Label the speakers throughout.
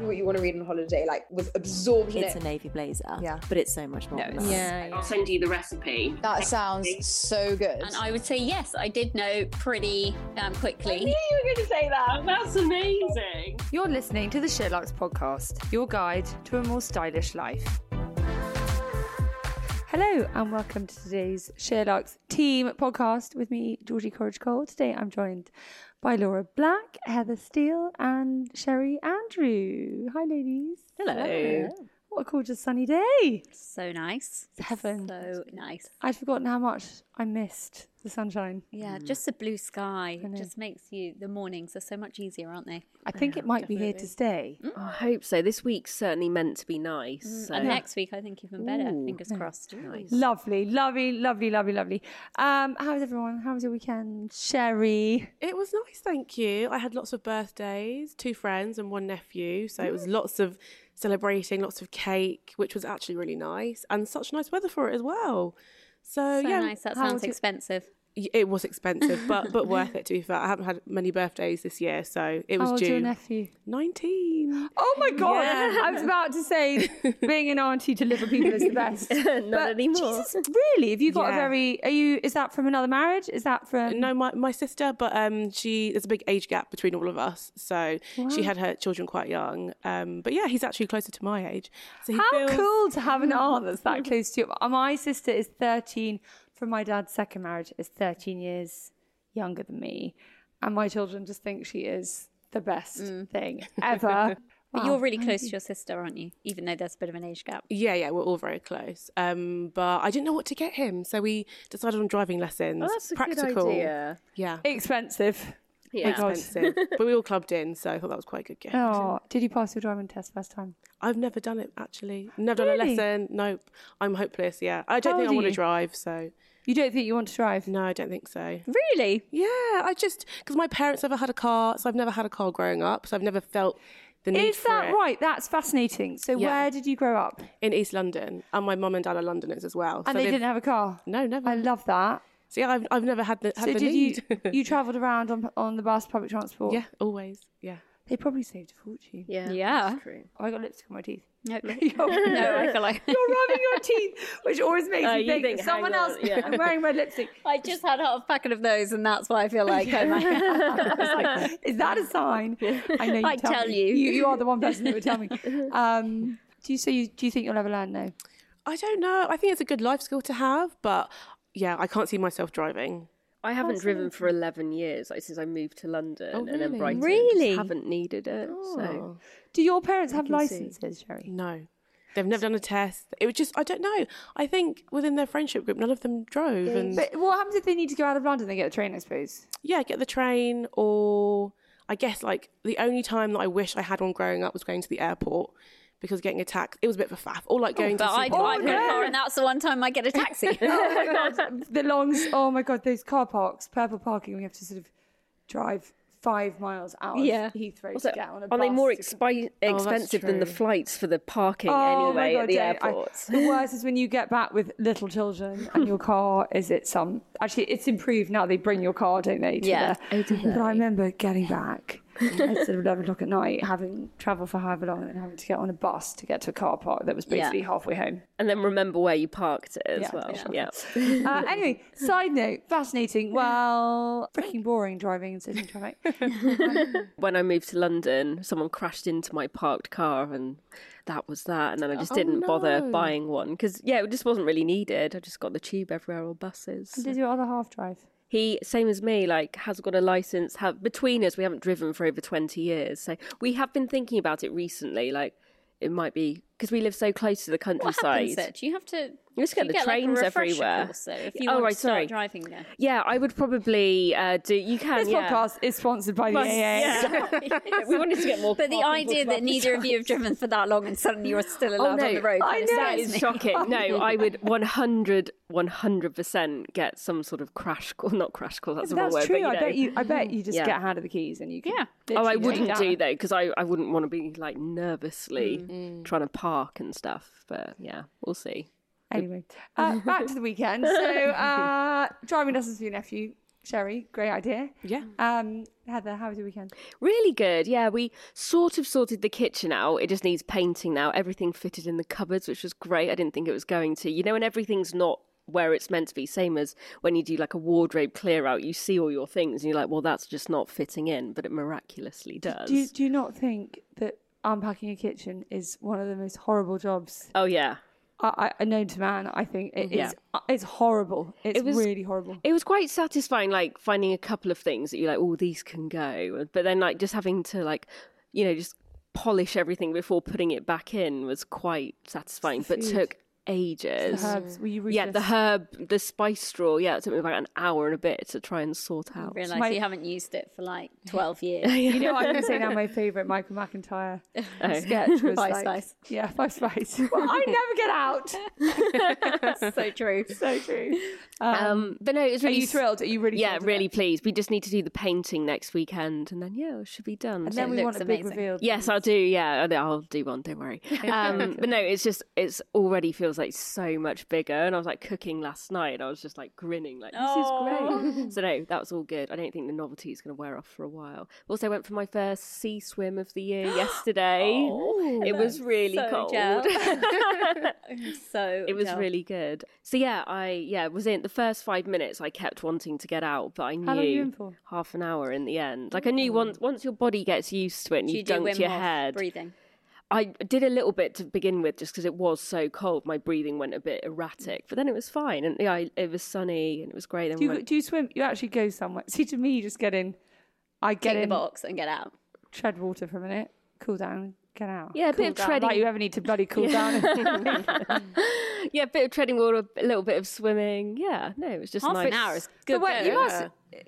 Speaker 1: what you want to read on holiday, like was absorbed in
Speaker 2: It's a
Speaker 1: it.
Speaker 2: navy blazer,
Speaker 3: Yeah.
Speaker 2: but it's so much more.
Speaker 4: No,
Speaker 2: than
Speaker 4: it's-
Speaker 2: that.
Speaker 3: Yeah.
Speaker 4: I'll send you the recipe.
Speaker 3: That sounds so good.
Speaker 5: And I would say yes, I did know pretty damn
Speaker 1: I
Speaker 5: quickly.
Speaker 1: knew you were going to say
Speaker 4: Oh,
Speaker 1: that.
Speaker 4: that's amazing.
Speaker 6: You're listening to the Sherlock's podcast, your guide to a more stylish life. Hello and welcome to today's Sherlock's Team podcast with me, Georgie Courage Cole. Today I'm joined by Laura Black, Heather Steele, and Sherry Andrew. Hi, ladies.
Speaker 2: Hello.
Speaker 6: What a gorgeous sunny day.
Speaker 5: So nice.
Speaker 6: Heaven.
Speaker 5: So nice.
Speaker 6: I'd forgotten how much I missed the sunshine.
Speaker 5: Yeah, just the blue sky
Speaker 6: I know.
Speaker 5: just makes you the mornings are so much easier, aren't they?
Speaker 6: I think it might be here to
Speaker 5: definitely.
Speaker 6: stay.
Speaker 7: Mm.
Speaker 8: I hope so. This week's certainly meant to be nice. So.
Speaker 5: And next week I think even better.
Speaker 8: Ooh.
Speaker 5: Fingers crossed.
Speaker 8: Nice.
Speaker 6: Lovely, lovely, lovely, lovely, lovely. Um, how is everyone? How was your weekend, Sherry?
Speaker 7: It was nice, thank you. I had lots of birthdays, two friends and one nephew. So it
Speaker 5: Mm.
Speaker 7: was lots of celebrating, lots of cake, which was actually really nice, and such nice weather for it as well. So,
Speaker 5: So
Speaker 7: yeah,
Speaker 5: nice. That
Speaker 6: how
Speaker 5: sounds
Speaker 6: was your-
Speaker 5: expensive.
Speaker 7: y- it was expensive, but but worth it to be fair. I haven't had many birthdays this year, so it was
Speaker 5: Oh,
Speaker 6: How old's your
Speaker 7: June
Speaker 6: nephew?
Speaker 7: nineteen.
Speaker 6: Oh my god! I was about to say being an auntie to liver people is the best.
Speaker 8: Not
Speaker 6: But
Speaker 8: anymore.
Speaker 6: Jesus, really? Have you got a
Speaker 7: Yeah.
Speaker 6: very? Are you? Is that from another marriage? Is that from?
Speaker 7: Uh, No, my, my sister, but um, she there's a big age gap between all of us, so she had her children quite young. Um, but yeah, he's actually closer to my age. So he
Speaker 6: How
Speaker 7: feels-
Speaker 6: cool to have an aunt that's that close to you. Uh, My sister is 13 from my dad's second marriage. Is 13 years younger than me, and my children just think she is the best
Speaker 7: Mm.
Speaker 6: thing ever.
Speaker 5: But
Speaker 6: Wow,
Speaker 5: you're really
Speaker 6: thank
Speaker 5: close
Speaker 6: you.
Speaker 5: to your sister, aren't you? Even though there's a bit of an age gap.
Speaker 7: Yeah, yeah, we're all very close. Um, but I didn't know what to get him, so we decided on driving lessons.
Speaker 8: Oh, that's a
Speaker 7: Practical.
Speaker 8: good idea.
Speaker 7: Yeah.
Speaker 6: Expensive.
Speaker 8: Yeah.
Speaker 6: God.
Speaker 7: Expensive. but we all clubbed in, so I thought that was quite a good gift.
Speaker 6: Oh, did you pass your driving test first time?
Speaker 7: I've never done it actually. Never done
Speaker 6: Really?
Speaker 7: a lesson. Nope. I'm hopeless. Yeah. I don't
Speaker 6: How
Speaker 7: think
Speaker 6: old
Speaker 7: I
Speaker 6: are
Speaker 7: want to
Speaker 6: you?
Speaker 7: drive, so
Speaker 6: You don't think you want to drive?
Speaker 7: no, I don't think so.
Speaker 5: Really?
Speaker 7: Yeah, I just because my parents never had a car, so I've never had a car growing up, so I've never felt the need
Speaker 6: Is
Speaker 7: for
Speaker 6: that
Speaker 7: it.
Speaker 6: right? That's fascinating. So
Speaker 7: Yeah.
Speaker 6: where did you grow up?
Speaker 7: In East London, and my mum and dad are Londoners as well.
Speaker 6: And
Speaker 7: so
Speaker 6: they
Speaker 7: they've-
Speaker 6: didn't have a car.
Speaker 7: No, never.
Speaker 6: I love that.
Speaker 7: so yeah, I've, I've never had the, had
Speaker 6: so
Speaker 7: the
Speaker 6: did
Speaker 7: need.
Speaker 6: you? You travelled around on on the bus, public transport.
Speaker 7: yeah, always. Yeah.
Speaker 6: They probably saved a fortune.
Speaker 8: Yeah.
Speaker 5: Yeah.
Speaker 8: that's true.
Speaker 6: Oh, I got lipstick on my teeth.
Speaker 5: Nope.
Speaker 6: You're
Speaker 5: no, I feel like
Speaker 6: You're rubbing your teeth, which always makes
Speaker 8: Oh,
Speaker 6: me
Speaker 8: you
Speaker 6: think,
Speaker 8: think,
Speaker 6: that someone
Speaker 8: hang
Speaker 6: else.
Speaker 8: on, yeah.
Speaker 6: I'm wearing red lipstick.
Speaker 5: I just had half a packet of those, and that's why I feel like I'm
Speaker 6: I was like, is that a sign? I know. You
Speaker 5: I tell
Speaker 6: me.
Speaker 5: you.
Speaker 6: you. You are the one person who would tell me. Um, do you so you, do you think you'll ever learn? No.
Speaker 7: I don't know. I think it's a good life skill to have, but yeah, I can't see myself driving.
Speaker 8: I haven't driven for 11 years like, since I moved to London
Speaker 7: Oh,
Speaker 8: and
Speaker 7: really?
Speaker 8: then Brighton.
Speaker 5: Really?
Speaker 8: Just haven't needed it. So.
Speaker 7: So,
Speaker 6: Do your parents have
Speaker 8: can see.
Speaker 6: licenses, Sherry?
Speaker 7: no. They've never done a test. It was just I don't know. I think within their friendship group none of them drove and
Speaker 6: But what happens if they need to go out of London? They get a train, I suppose.
Speaker 7: yeah, get the train or I guess like the only time that I wish I had one growing up was going to the airport because getting a tax it was a bit of a faff. Or like going
Speaker 5: Oh, But
Speaker 7: to
Speaker 5: I,
Speaker 7: supermarket.
Speaker 5: I've got a car, and that's the one time I get a taxi.
Speaker 6: Oh my god, the longs. Oh my god, those car parks, purple parking. We have to sort of drive five miles out
Speaker 5: Yeah.
Speaker 6: of Heathrow
Speaker 8: Also,
Speaker 6: to get on a
Speaker 8: are
Speaker 6: bus.
Speaker 8: they more
Speaker 6: to-
Speaker 8: expi- expensive than the
Speaker 6: true.
Speaker 8: flights for the parking
Speaker 6: Oh my
Speaker 8: anyway
Speaker 6: God,
Speaker 8: at the
Speaker 6: yeah, I-
Speaker 8: airports?
Speaker 6: the worst is when you get back with little children and your car is it some. Actually, it's improved now. They bring your car, don't they? to
Speaker 5: Yeah.
Speaker 6: the- but I remember getting back at sort of eleven o'clock at night, having travelled for however long, and then having to get on a bus to get to a car park that was
Speaker 5: Yeah.
Speaker 6: basically halfway home.
Speaker 8: and then remember where you parked it as
Speaker 6: Yeah,
Speaker 8: well.
Speaker 6: yeah.
Speaker 8: Yeah.
Speaker 6: Uh, anyway, side note, fascinating. Well, freaking boring driving in city traffic.
Speaker 8: When I moved to London, someone crashed into my parked car, and that was that. And then I just didn't bother
Speaker 7: no.
Speaker 8: buying one because yeah, it just wasn't really needed. I just got the tube everywhere or buses.
Speaker 6: Did your other half drive?
Speaker 8: He, same as me, like has got a license. Have between us, we haven't driven for over twenty years, so we have been thinking about it recently. Like it might be because we live so close to the
Speaker 5: what happens?
Speaker 8: countryside.
Speaker 5: That you have to
Speaker 8: You just get
Speaker 5: You
Speaker 8: the
Speaker 5: get, like, a
Speaker 8: trains
Speaker 5: refresher
Speaker 8: everywhere.
Speaker 5: course, though, if you
Speaker 8: oh,
Speaker 5: want
Speaker 8: right,
Speaker 5: to start
Speaker 8: sorry.
Speaker 5: driving there.
Speaker 8: Yeah, I would probably uh, do. You can.
Speaker 6: This
Speaker 8: yeah.
Speaker 6: podcast is sponsored by the AA.
Speaker 8: we wanted to get more.
Speaker 5: But the idea that neither of you have driven for that long and suddenly you're still
Speaker 8: Oh
Speaker 5: allowed
Speaker 8: no!
Speaker 5: on the road.
Speaker 8: I know. That
Speaker 5: scares
Speaker 8: is
Speaker 5: me.
Speaker 8: shocking. No, I would 100, 100 percent get some sort of crash call. Not crash call. That's the wrong
Speaker 6: That's
Speaker 8: word. But,
Speaker 6: true.
Speaker 8: you
Speaker 6: I
Speaker 8: know.
Speaker 6: bet you. I bet you just
Speaker 8: Yeah.
Speaker 6: get hand of the keys and you. Can
Speaker 5: Yeah.
Speaker 8: Oh, I
Speaker 6: literally
Speaker 8: wouldn't
Speaker 6: take
Speaker 8: do
Speaker 6: that.
Speaker 8: though because I, I wouldn't want to be like nervously
Speaker 6: Mm.
Speaker 8: trying to park and stuff. But yeah, we'll see.
Speaker 6: Anyway, uh, back to the weekend. So uh, driving lessons for your nephew, Sherry. Great idea.
Speaker 7: Yeah.
Speaker 6: Um, Heather, how was your weekend?
Speaker 8: Really good. Yeah, we sort of sorted the kitchen out. It just needs painting now. Everything fitted in the cupboards, which was great. I didn't think it was going to. You know, when everything's not where it's meant to be, same as when you do like a wardrobe clear out, you see all your things and you're like, well, that's just not fitting in, but it miraculously does.
Speaker 6: Do you, do you not think that unpacking a kitchen is one of the most horrible jobs
Speaker 8: Oh, yeah.
Speaker 6: I, I, known to man? I think it is.
Speaker 8: Yeah.
Speaker 6: uh, It's horrible. It's
Speaker 8: It was-
Speaker 6: really horrible.
Speaker 8: It was quite satisfying, like finding a couple of things that you're like, oh, these can go. But then, like, just having to, like, you know, just polish everything before putting it back in was quite satisfying, but
Speaker 6: food.
Speaker 8: took ages.
Speaker 6: The herbs. Were you
Speaker 8: Yeah, the
Speaker 6: ruthless?
Speaker 8: herb, the spice straw. Yeah, it took me about an hour and a bit to try and sort out.
Speaker 5: Realise
Speaker 6: My-
Speaker 5: you haven't used it for like 12 years.
Speaker 6: You know, what I'm going to say now my favourite Michael McIntyre
Speaker 8: Oh.
Speaker 6: sketch was
Speaker 5: Five
Speaker 6: like,
Speaker 5: Spice.
Speaker 6: yeah, Five Spice. well, I never get out.
Speaker 5: so true.
Speaker 6: So true.
Speaker 8: Um, but no, it was
Speaker 6: Are
Speaker 8: really.
Speaker 6: you thrilled? Are you really?
Speaker 8: Yeah,
Speaker 6: thrilled with it?
Speaker 8: really pleased. We just need to do the painting next weekend, and then yeah, it should be done.
Speaker 6: And then we want
Speaker 5: looks
Speaker 6: a big
Speaker 5: amazing.
Speaker 6: reveal.
Speaker 8: Yes, I'll do. Yeah, I'll- I'll do one. Don't worry. Um, but no, it's just it's already feels like so much bigger. And I was like cooking last night, and I was just like grinning, like this is great. So no, that was all good. I don't think the novelty is going to wear off for a while. Also, went for my first sea swim of the year yesterday.
Speaker 6: Oh,
Speaker 8: it was really
Speaker 5: so
Speaker 8: cold.
Speaker 5: So
Speaker 8: It was
Speaker 5: dull.
Speaker 8: really good. So yeah, I yeah was in the first five minutes. I kept wanting to get out, but I knew
Speaker 6: How long were you in for? Oh.
Speaker 8: half an hour in the end. Like I knew once once your body gets used to it and
Speaker 5: Do
Speaker 8: you,
Speaker 5: you do
Speaker 8: dunked
Speaker 5: Wim
Speaker 8: your
Speaker 5: Hof
Speaker 8: head.
Speaker 5: breathing.
Speaker 8: I did a little bit to begin with, just because it was so cold. My breathing went a bit erratic, but then it was fine. And yeah, I, it was sunny and it was great. Then
Speaker 6: Do
Speaker 8: we
Speaker 6: you,
Speaker 8: went-
Speaker 6: do you swim? You actually go somewhere. See, to me, you just get in. I get
Speaker 5: Get in the
Speaker 6: in,
Speaker 5: box and get out.
Speaker 6: tread water for a minute, cool down, get out.
Speaker 8: Yeah, a
Speaker 6: cool
Speaker 8: bit of
Speaker 6: down,
Speaker 8: treading.
Speaker 6: Like you ever need to bloody cool down.
Speaker 8: yeah, a bit of treading water, a little bit of swimming. Yeah, no, it was just
Speaker 5: Half
Speaker 8: nice.
Speaker 5: an hour is good.
Speaker 6: wait, you must- do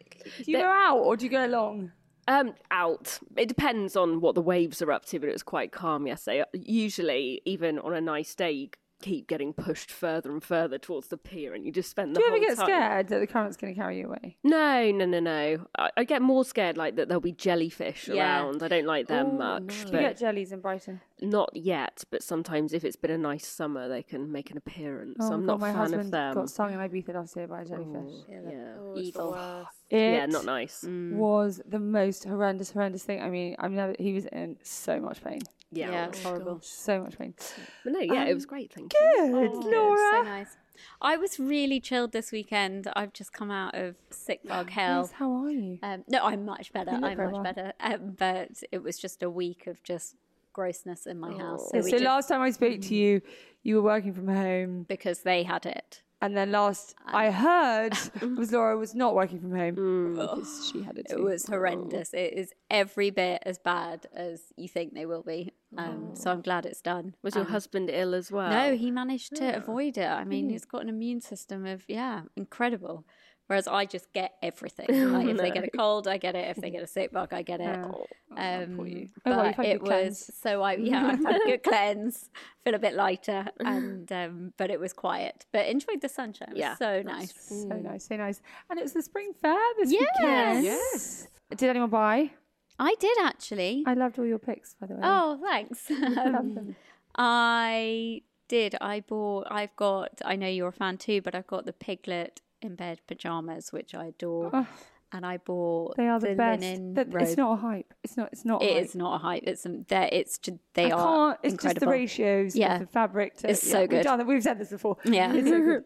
Speaker 6: you go out or do you go along?
Speaker 8: Um, out. It depends on what the waves are up to, but it was quite calm yesterday. Usually, even on a nice day, you keep getting pushed further and further towards the pier, and you just spend the
Speaker 6: Do you
Speaker 8: whole
Speaker 6: ever get
Speaker 8: time.
Speaker 6: scared that the current's going to carry you away?
Speaker 8: No, no, no, no. I, I get more scared like that. There'll be jellyfish
Speaker 5: Yeah.
Speaker 8: around. I don't like them much,
Speaker 6: Do you
Speaker 8: but
Speaker 6: get jellies in Brighton?
Speaker 8: not yet. But sometimes, if it's been a nice summer, they can make an appearance.
Speaker 6: Oh
Speaker 8: so I'm
Speaker 6: my
Speaker 8: not
Speaker 6: God, my
Speaker 8: a fan
Speaker 6: husband
Speaker 8: of them.
Speaker 6: got stung in Ibiza last year by a jellyfish.
Speaker 8: yeah,
Speaker 5: Evil.
Speaker 6: It
Speaker 8: yeah, not nice.
Speaker 6: Mm. was the most horrendous, horrendous thing. I mean, I've never. He was in so much pain,
Speaker 8: Yeah,
Speaker 5: Yeah, it's horrible.
Speaker 6: so much pain.
Speaker 8: but no, yeah, it was great. Thank you. Oh,
Speaker 6: Good,
Speaker 5: So
Speaker 6: Laura.
Speaker 5: nice. I was really chilled this weekend. I've just come out of sick bug hell.
Speaker 6: Yes, How are you?
Speaker 5: Um, no, I'm much better.
Speaker 6: look
Speaker 5: I'm
Speaker 6: very
Speaker 5: much
Speaker 6: well.
Speaker 5: better. Um, but it was just a week of just grossness in my house. So
Speaker 6: Yeah,
Speaker 5: we
Speaker 6: so
Speaker 5: just-
Speaker 6: last time I spoke to you, you were working from home,
Speaker 5: because they had it.
Speaker 6: and then last I heard was Laura was not working from home because she had it. Too.
Speaker 5: It was horrendous. It is every bit as bad as you think they will be. Um, so I'm glad it's done. Um,
Speaker 8: Was your husband ill as well?
Speaker 5: No, he managed to avoid it. I mean, he's got an immune system of yeah, incredible. Whereas I just get everything. Like if they get a cold, I get it. If they get a sick bug, I get it. um,
Speaker 6: Oh,
Speaker 5: but
Speaker 6: well, you've had a
Speaker 5: it
Speaker 6: good
Speaker 5: was
Speaker 6: cleanse.
Speaker 5: so I yeah, I've had a good cleanse, feel a bit lighter, and um, but it was quiet. But enjoyed the sunshine. It was
Speaker 8: Yeah,
Speaker 5: so nice.
Speaker 6: so nice, so nice. And it was the spring fair this
Speaker 5: Yes.
Speaker 6: weekend.
Speaker 5: Yes.
Speaker 6: Did anyone buy?
Speaker 5: I did actually.
Speaker 6: I loved all your pics, by the way.
Speaker 5: Oh, thanks. Um, I did. I bought. I've got. I know you're a fan too, but I've got the piglet in bed pajamas, which I adore, and I bought.
Speaker 6: they are the, best.
Speaker 5: linen
Speaker 6: But
Speaker 5: robe.
Speaker 6: it's not a hype. It's not. It's not. a
Speaker 5: It
Speaker 6: hype.
Speaker 5: is not a hype. It's um, there. It's ju- they
Speaker 6: I
Speaker 5: are
Speaker 6: can't. It's just the
Speaker 5: incredible.
Speaker 6: ratios. Yeah.
Speaker 5: Yeah.
Speaker 6: Of the fabric. To,
Speaker 5: It's
Speaker 6: yeah,
Speaker 5: so
Speaker 6: We've,
Speaker 5: good.
Speaker 6: done that. we've said this before.
Speaker 5: Yeah.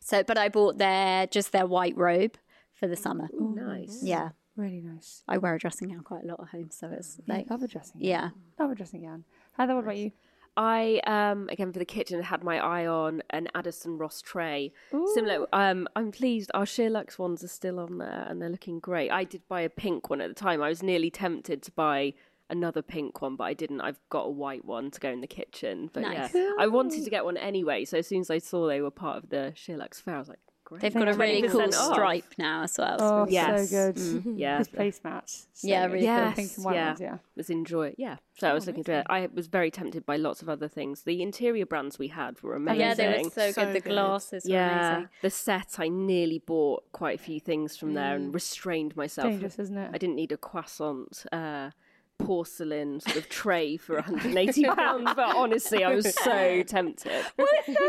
Speaker 5: so, but I bought their just their white robe for the summer.
Speaker 8: nice.
Speaker 5: Yeah,
Speaker 6: Really nice.
Speaker 5: I wear a dressing gown quite a lot at home, so it's like
Speaker 6: Love a dressing.
Speaker 5: yeah.
Speaker 6: Love a dressing gown. Heather, what about you?
Speaker 8: I um again for the kitchen had my eye on an Addison Ross tray. Similar. Um, I'm pleased our Sherlock's ones are still on there and they're looking great. I did buy a pink one at the time. I was nearly tempted to buy another pink one, but I didn't. I've got a white one to go in the kitchen. But
Speaker 5: Nice.
Speaker 8: yeah, I wanted to get one anyway. So as soon as I saw they were part of the Sherlock's fair, I was like, great.
Speaker 5: They've got a really cool
Speaker 8: 20% off.
Speaker 5: stripe Mm, now as well.
Speaker 6: Oh,
Speaker 5: It's
Speaker 8: Yes.
Speaker 6: so good.
Speaker 5: Mm-hmm.
Speaker 8: Yeah.
Speaker 6: His placemats. So
Speaker 3: Yeah,
Speaker 6: good.
Speaker 3: really
Speaker 6: I'm
Speaker 8: Yes,
Speaker 6: thinking white
Speaker 8: yeah.
Speaker 6: ones, yeah.
Speaker 8: was enjoy it. Yeah. So I was
Speaker 5: Oh,
Speaker 8: looking through it. I was very tempted by lots of other things. The interior brands we had were
Speaker 6: Oh,
Speaker 5: really-
Speaker 8: amazing.
Speaker 5: Oh, yeah, they were so,
Speaker 7: So
Speaker 5: good. The
Speaker 7: good.
Speaker 5: glasses were amazing.
Speaker 8: The set, I nearly bought quite a few things from there and restrained myself.
Speaker 6: Mm. Dangerous, isn't it?
Speaker 8: I didn't need a croissant uh, porcelain sort of tray for £180, but honestly, I was so tempted.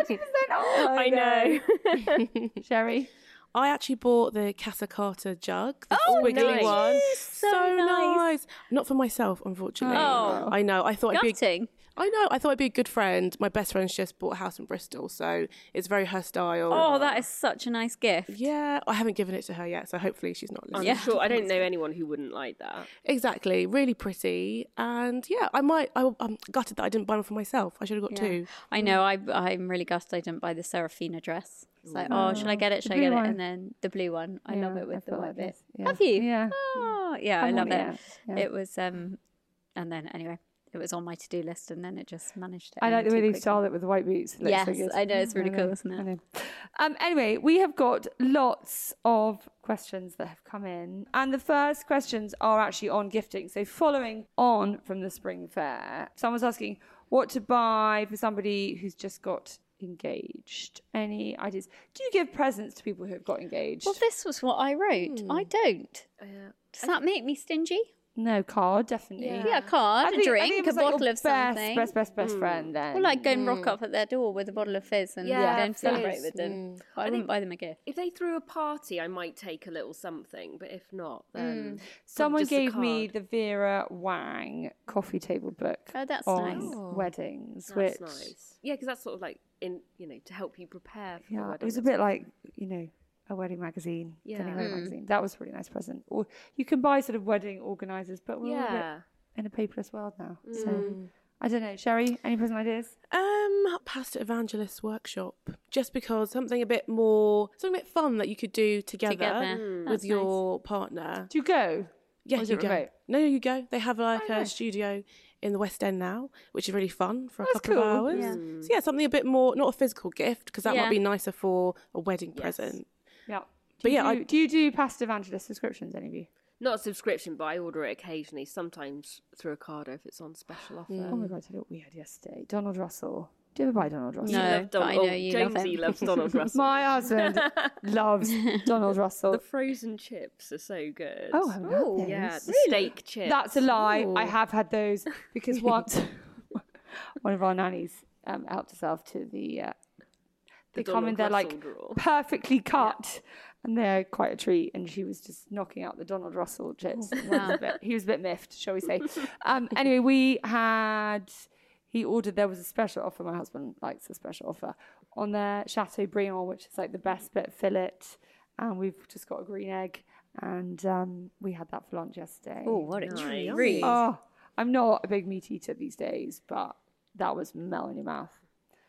Speaker 8: I know.
Speaker 6: Sherry.
Speaker 7: I actually bought the Casa Carta jug, the
Speaker 8: Oh,
Speaker 7: squiggly
Speaker 8: nice.
Speaker 7: one.
Speaker 5: So nice.
Speaker 7: nice. Not for myself, unfortunately.
Speaker 5: Oh.
Speaker 7: I know. I thought I'd be. A,
Speaker 5: Gutting.
Speaker 7: I know. I thought I'd be a good friend. My best friend's just bought a house in Bristol, so it's very her style.
Speaker 5: Oh, that is such a nice gift.
Speaker 7: Yeah, I haven't given it to her yet, so hopefully she's not listening.
Speaker 8: I'm sure I don't know anyone who wouldn't like that.
Speaker 7: Exactly. Really pretty, and yeah, I might. I, I'm gutted that I didn't buy one for myself. I should have got two.
Speaker 5: I know. I, I'm really gutted I didn't buy the Seraphina dress. It's like, oh, should I get it? Should I
Speaker 6: blue
Speaker 5: get it?
Speaker 6: one.
Speaker 5: And then the blue one. I love
Speaker 6: Yeah,
Speaker 5: it with
Speaker 6: I've
Speaker 5: the
Speaker 6: got
Speaker 5: white
Speaker 6: that
Speaker 5: bit.
Speaker 6: dress, yeah.
Speaker 5: Have you?
Speaker 6: Yeah.
Speaker 5: Oh, yeah. I
Speaker 6: I'm
Speaker 5: love
Speaker 6: on it,
Speaker 5: it.
Speaker 6: yeah, yeah.
Speaker 5: It was, um, and then anyway, it was on my to do list, and then it just managed to.
Speaker 6: I like
Speaker 5: end
Speaker 6: the
Speaker 5: too
Speaker 6: way they
Speaker 5: quickly.
Speaker 6: styled it with the white boots. It looks so
Speaker 5: Yes,
Speaker 6: good.
Speaker 5: I know, it's really cool, isn't it?
Speaker 6: I know. Um, anyway, we have got lots of questions that have come in, and the first questions are actually on gifting. So, following on from the spring fair, someone's asking what to buy for somebody who's just got engaged. Any ideas? Do you give presents to people who have got engaged?
Speaker 5: Well, this was what I wrote. I don't. Does that make me stingy?
Speaker 6: no, card definitely.
Speaker 5: Yeah, a card,
Speaker 6: I
Speaker 5: a
Speaker 6: think- I think
Speaker 5: drink,
Speaker 6: it
Speaker 5: a
Speaker 6: was like your
Speaker 5: bottle of
Speaker 6: best,
Speaker 5: something.
Speaker 6: Best, best,
Speaker 5: Hmm.
Speaker 6: best friend. Then,
Speaker 5: Well, like go and rock up at their door with a bottle of fizz and
Speaker 8: Yeah,
Speaker 5: then celebrate
Speaker 8: fizz.
Speaker 5: with them. But I, wouldn't buy them a gift.
Speaker 8: If they threw a party, I might take a little something, but if not, then
Speaker 6: Mm. Someone
Speaker 8: just a
Speaker 6: gave me
Speaker 8: card.
Speaker 6: the Vera Wang coffee table book.
Speaker 5: Oh, that's
Speaker 6: on
Speaker 5: nice.
Speaker 6: weddings,
Speaker 8: That's
Speaker 6: which
Speaker 8: nice. Yeah, because that's sort of like in you know to help you prepare for the
Speaker 6: yeah, it
Speaker 8: wedding.
Speaker 6: was a bit like you know a wedding magazine, yeah,
Speaker 8: Yeah.
Speaker 6: wedding magazine. That was a really nice present. Or you can buy sort of wedding organisers, but we're all a bit
Speaker 8: yeah. Hmm.
Speaker 6: in a paperless world now. So I don't know, Sherry. Any present ideas?
Speaker 7: Um, Pastor Evangelist Workshop. Just because something a bit more, something a bit fun that you could do together,
Speaker 5: Together. Mm.
Speaker 7: with
Speaker 5: That's nice.
Speaker 7: your partner.
Speaker 6: Do you go?
Speaker 7: Yeah,
Speaker 6: Or is
Speaker 7: you
Speaker 6: it
Speaker 7: go.
Speaker 6: remote?
Speaker 7: No, no, you go. They have like
Speaker 5: Oh,
Speaker 7: a studio in the West End now, which is really fun for a
Speaker 6: That's
Speaker 7: couple
Speaker 6: cool.
Speaker 7: of hours. So yeah, something a bit more, not a physical gift, because that
Speaker 5: Yeah.
Speaker 7: might be nicer for a wedding present.
Speaker 6: Yeah. Do
Speaker 7: But
Speaker 6: you
Speaker 7: yeah, I-
Speaker 6: do, do you do past evangelist subscriptions? Any of you?
Speaker 8: Not a subscription, but I order it occasionally, sometimes through a card if it's on special offer.
Speaker 6: Oh my god, I tell you what we had yesterday. Donald Russell. Do you ever buy Donald Russell?
Speaker 8: You
Speaker 5: No,
Speaker 8: love
Speaker 5: but I know
Speaker 8: Donald.
Speaker 5: you love
Speaker 8: Jonesy
Speaker 5: him.
Speaker 8: oh, loves Donald Russell.
Speaker 6: My husband loves Donald Russell.
Speaker 8: the frozen chips are so good.
Speaker 6: Oh, I haven't had
Speaker 5: Oh,
Speaker 6: those.
Speaker 8: yeah, the steak chips.
Speaker 6: That's a lie. I have had those because once one of our nannies um, helped herself to the. Uh, they come in,
Speaker 8: Donald
Speaker 6: they're
Speaker 8: Russell
Speaker 6: like
Speaker 8: drawer.
Speaker 6: perfectly cut, and they're quite a treat. And she was just knocking out the Donald Russell chips. He was a bit- he was a bit miffed, shall we say? Um, anyway, we had he ordered. There was a special offer. My husband likes a special offer on their Chateaubriand, which is like the best bit fillet, and we've just got a green egg. And um, we had that for lunch yesterday.
Speaker 5: Oh, what a
Speaker 8: Nice.
Speaker 5: treat.
Speaker 6: Oh, I'm not a big meat eater these days, but that was melt in your mouth.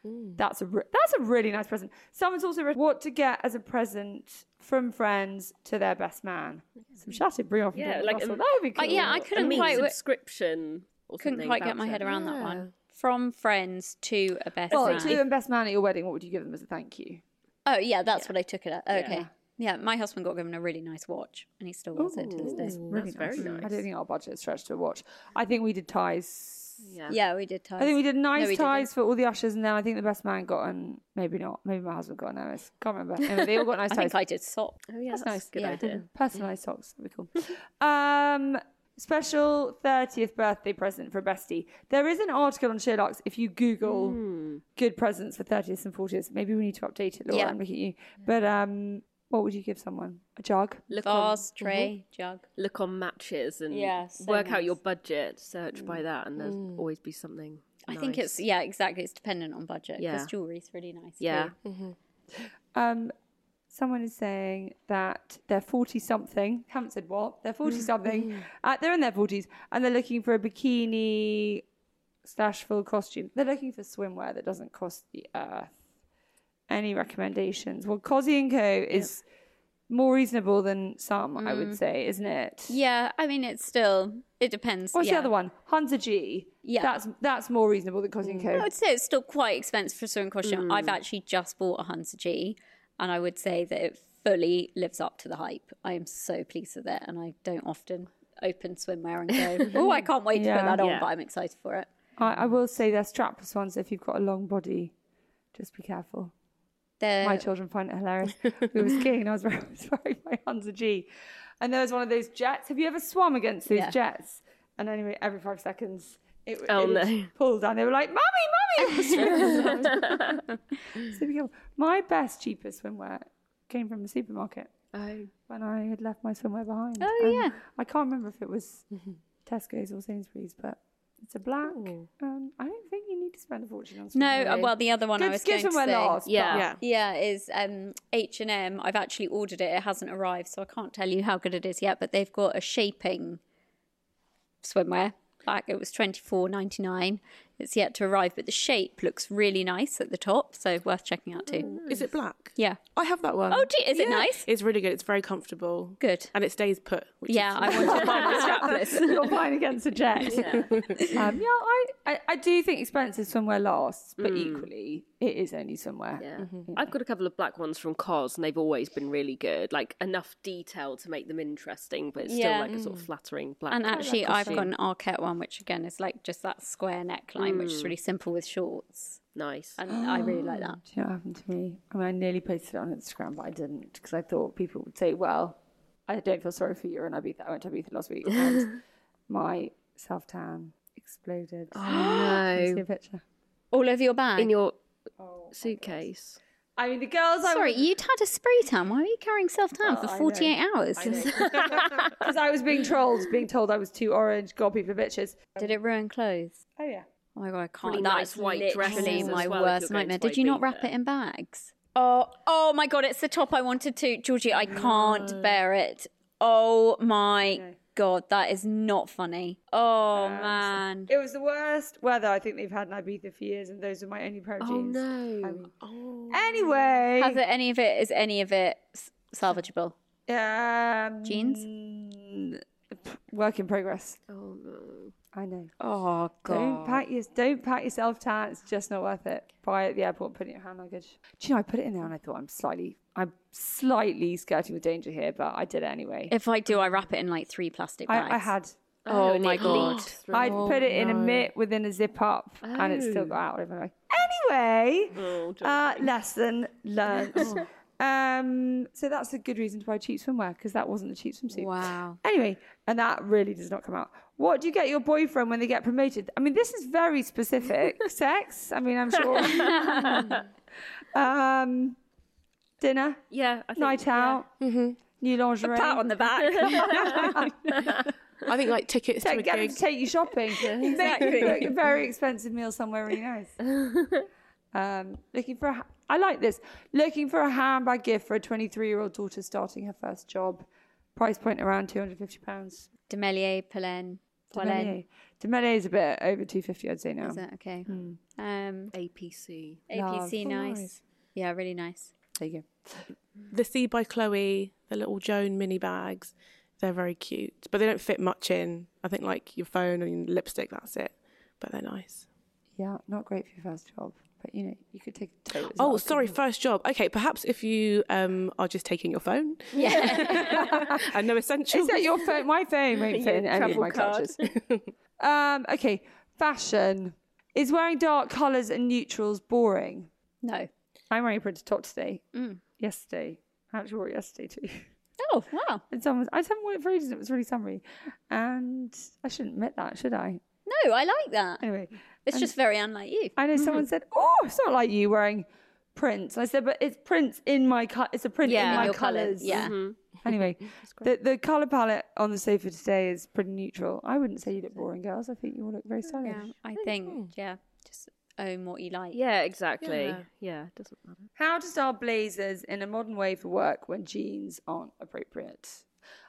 Speaker 5: Mm.
Speaker 6: That's a re- that's a really nice present. Someone's also written what to get as a present from friends to their best man. Some Chateaubriand from
Speaker 8: Yeah,
Speaker 6: Donald
Speaker 8: like,
Speaker 6: Russell.
Speaker 8: um,
Speaker 6: that would be
Speaker 5: Uh,
Speaker 6: cool.
Speaker 5: yeah, I couldn't
Speaker 8: meat
Speaker 5: quite, w-
Speaker 8: subscription. Or
Speaker 5: couldn't
Speaker 8: something
Speaker 5: quite get my
Speaker 8: voucher.
Speaker 5: head around that one. From friends to a best
Speaker 6: Well,
Speaker 5: man.
Speaker 6: to and best man at your wedding, what would you give them as a thank you?
Speaker 5: Oh yeah, that's what I took it at. Okay. Yeah, my husband got given a really nice watch, and he still wears it to this day.
Speaker 6: Really
Speaker 8: That's very
Speaker 6: I
Speaker 8: nice.
Speaker 6: don't think our budget stretched to a watch. I think we did ties.
Speaker 8: Yeah.
Speaker 5: Yeah, we did ties.
Speaker 6: I think we did nice
Speaker 5: we didn't.
Speaker 6: ties for all the ushers, and then I think the best man got an maybe not, maybe my husband got an MS. Can't remember. Anyway, they all got nice
Speaker 5: I
Speaker 6: ties.
Speaker 5: think I did sock.
Speaker 8: Oh, yeah, that's,
Speaker 6: nice.
Speaker 8: a good
Speaker 5: Yeah.
Speaker 8: idea.
Speaker 6: Personalised socks. That'd be cool. um, special 30th birthday present for bestie. There is an article on Sherlock's. If you Google good presents for 30th and 40th, maybe we need to update it, Laura,
Speaker 5: Yeah.
Speaker 6: and look at you. But um, what would you give someone? A jug?
Speaker 8: Look
Speaker 5: Vase, tray, jug.
Speaker 8: look on matches and
Speaker 5: Yeah, so
Speaker 8: work
Speaker 5: nice.
Speaker 8: out your budget, search by that, and there'll always be something.
Speaker 5: I think
Speaker 8: nice.
Speaker 5: it's yeah, exactly. It's dependent on budget because
Speaker 8: Yeah.
Speaker 5: jewelry's really nice.
Speaker 8: Yeah.
Speaker 5: too.
Speaker 6: Um, someone is saying that they're 40 something, haven't said what, they're 40
Speaker 5: Mm.
Speaker 6: something, uh, they're in their 40s, and they're looking for a bikini slash full costume. They're looking for swimwear that doesn't cost the earth. Any recommendations? Well, Cosy and Co. is more reasonable than some, I
Speaker 5: Mm.
Speaker 6: would say, isn't it?
Speaker 5: Yeah, I mean, it's still, it depends.
Speaker 6: What's
Speaker 5: yeah.
Speaker 6: the other one? Hansa G.
Speaker 5: Yeah. Mm.
Speaker 6: That's that's more reasonable than Costing Co.
Speaker 5: I would say it's still quite expensive for a sewing costume. I've
Speaker 6: Mm.
Speaker 5: actually just bought a Hunter G, and I would say that it fully lives up to the hype. I am so pleased with it, and I don't often open swimwear and go, "Oh, I can't wait to
Speaker 6: Yeah.
Speaker 5: put that on,"
Speaker 8: Yeah.
Speaker 5: but I'm excited for it.
Speaker 6: I, I will say they're strapless ones if you've got a long body. Just be careful.
Speaker 5: They're,
Speaker 6: my children find it hilarious. we were skiing and I was wearing, I was wearing my Hansa G. And there was one of those jets. Have you ever swum against those
Speaker 5: Yeah.
Speaker 6: jets? And anyway, every five seconds, it, w-
Speaker 8: Oh,
Speaker 6: it would
Speaker 8: no.
Speaker 6: pull down. They were like, Mummy, Mummy! so be careful. My best, cheapest swimwear came from a supermarket
Speaker 8: Oh.
Speaker 6: when I had left my swimwear behind.
Speaker 5: Oh,
Speaker 6: And
Speaker 5: yeah. Mm-hmm.
Speaker 6: I can't remember if it was Tesco's or Sainsbury's, but it's a black. Um, I don't think you need to spend a fortune on swimwear.
Speaker 5: no, uh, well, the other one I
Speaker 6: Good
Speaker 5: was
Speaker 6: skin
Speaker 5: going to
Speaker 6: swimwear
Speaker 5: say,
Speaker 6: lasts. but-
Speaker 8: Yeah.
Speaker 7: Yeah.
Speaker 5: yeah, is um, H and M. I've actually ordered it; it hasn't arrived, so I can't tell you how good it is yet. But they've got a shaping swimwear. Like it was twenty four ninety nine. It's yet to arrive, but the shape looks really nice at the top, so worth checking out too.
Speaker 7: Is it black?
Speaker 5: Hmm. Yeah.
Speaker 7: I have that one.
Speaker 5: Oh, gee, is it nice?
Speaker 7: It's really good. It's very comfortable.
Speaker 5: Good.
Speaker 7: And it stays put. Which
Speaker 5: Yeah, I
Speaker 7: Is
Speaker 5: want to buy the strapless.
Speaker 6: You're playing against a jet. Yeah, um, yeah I, I, I do think expensive swimwear lasts, but equally, it is only swimwear.
Speaker 8: Yeah.
Speaker 5: Mm-hmm.
Speaker 8: I've got a couple of black ones from COS and they've always been really good. Like enough detail to make them interesting, but it's
Speaker 5: Yeah. Mm.
Speaker 8: still like a sort of flattering black.
Speaker 5: And actually, I've got an Arquette one, which again is like just that square neckline, which is really simple with shorts,
Speaker 8: nice.
Speaker 5: and I really like that.
Speaker 6: Do you know what happened to me? I mean, I nearly posted it on Instagram, but I didn't because I thought people would say, well, I don't feel sorry for you. And I beat that. I went to Ibiza last week and my self tan exploded. Can you see a picture?
Speaker 5: All over your bag.
Speaker 8: In your suitcase.
Speaker 6: I mean, the girls I
Speaker 5: Sorry, you'd had a spray tan. Why were you carrying self
Speaker 8: Oh,
Speaker 5: tan for 48 hours?
Speaker 6: because I was being trolled, being told I was too orange. God, people are bitches.
Speaker 5: Did it ruin clothes?
Speaker 6: Oh, yeah.
Speaker 5: Oh my god, I can't.
Speaker 8: Really nice
Speaker 5: That's
Speaker 8: white dresses
Speaker 5: literally
Speaker 8: as
Speaker 5: my
Speaker 8: well if
Speaker 5: worst
Speaker 8: you're going
Speaker 5: nightmare.
Speaker 8: to
Speaker 5: Did you not wrap
Speaker 8: Ibiza.
Speaker 5: it in bags? Oh, oh my god, it's the top I wanted to, Georgie. I can't bear it. Oh my god, that is not funny. Oh man.
Speaker 6: It was the worst weather I think they've had in Ibiza for years, and those are my only pair of jeans.
Speaker 8: no.
Speaker 6: I mean, Anyway,
Speaker 5: Has it any of it? Is any of it s- salvageable?
Speaker 6: um,
Speaker 8: Mm.
Speaker 5: Jeans?
Speaker 6: Work in progress.
Speaker 8: Oh no.
Speaker 6: I know.
Speaker 5: Oh
Speaker 6: Don't pat your, don't pat yourself down. It's just not worth it. Buy it at the airport, put it in your hand luggage. Do you know? I put it in there, and I thought I'm slightly, I'm slightly skirting with danger here, but I did it anyway.
Speaker 5: If I do, I wrap it in like three plastic bags.
Speaker 6: I, I had.
Speaker 5: Oh, my god.
Speaker 6: I'd
Speaker 5: Oh,
Speaker 6: put it in a mitt within a zip up, and it still got out of my. Anyway,
Speaker 5: Oh,
Speaker 6: uh, lesson learned. um, so that's a good reason to buy cheap swimwear because that wasn't the cheap swimsuit.
Speaker 5: Wow.
Speaker 6: Anyway, and that really does not come out. What do you get your boyfriend when they get promoted? I mean, this is very specific. Sex. I mean, I'm sure. um, dinner,
Speaker 8: Yeah, I think,
Speaker 6: night out, new lingerie.
Speaker 5: Mm-hmm. Pat on the back.
Speaker 7: it- I think like tickets to a
Speaker 6: Take, get them
Speaker 7: gig.
Speaker 6: to take you shopping. Make you book a very expensive meal somewhere really nice. um, looking for a, ha- I like this. Looking for a handbag gift for a 23 year old daughter starting her first job. Price point around 250 pounds.
Speaker 5: Demelier, Pelen, Polen.
Speaker 6: Demele is a bit over 250, I'd say now.
Speaker 5: Is that okay?
Speaker 6: Hmm.
Speaker 5: Um,
Speaker 8: APC.
Speaker 5: APC, nice. Yeah, really nice.
Speaker 6: There you go.
Speaker 7: The Sea by Chloe, the little Joan mini bags. They're very cute, but they don't fit much in. I think like your phone and your lipstick, that's it. But they're nice.
Speaker 6: Yeah, not great for your first job, but you know you could take a tote. as well,
Speaker 7: Oh,
Speaker 6: couldn't
Speaker 7: sorry,
Speaker 6: you?
Speaker 7: first job. Okay, perhaps if you um, are just taking your phone. Yeah. and no essentials.
Speaker 6: Is that your phone? My phone won't fit in any of my clutches. um, okay, fashion. Is wearing dark colours and neutrals boring?
Speaker 5: No.
Speaker 6: I'm wearing a printed top today.
Speaker 5: Mm.
Speaker 6: Yesterday. I actually wore it yesterday too.
Speaker 5: Oh, wow.
Speaker 6: And someone was, I haven't worn it for ages. It was really summery. And I shouldn't admit that, should I?
Speaker 5: No, I like that.
Speaker 6: Anyway,
Speaker 5: It's just very unlike you.
Speaker 6: I know
Speaker 5: Mm-hmm.
Speaker 6: someone said, "Oh, it's not like you wearing prints." I said, "But it's prints in my co- it's a print
Speaker 5: Yeah,
Speaker 6: in my
Speaker 5: your colours,
Speaker 6: colours." Mm-hmm.
Speaker 5: yeah.
Speaker 6: Anyway, the the color palette on the sofa today is pretty neutral. I wouldn't say you look boring, girls. I think you all look very stylish.
Speaker 5: Yeah, I think, yeah, just own what you like.
Speaker 8: Yeah, exactly. Yeah, it doesn't matter.
Speaker 6: How to style blazers in a modern way for work when jeans aren't appropriate.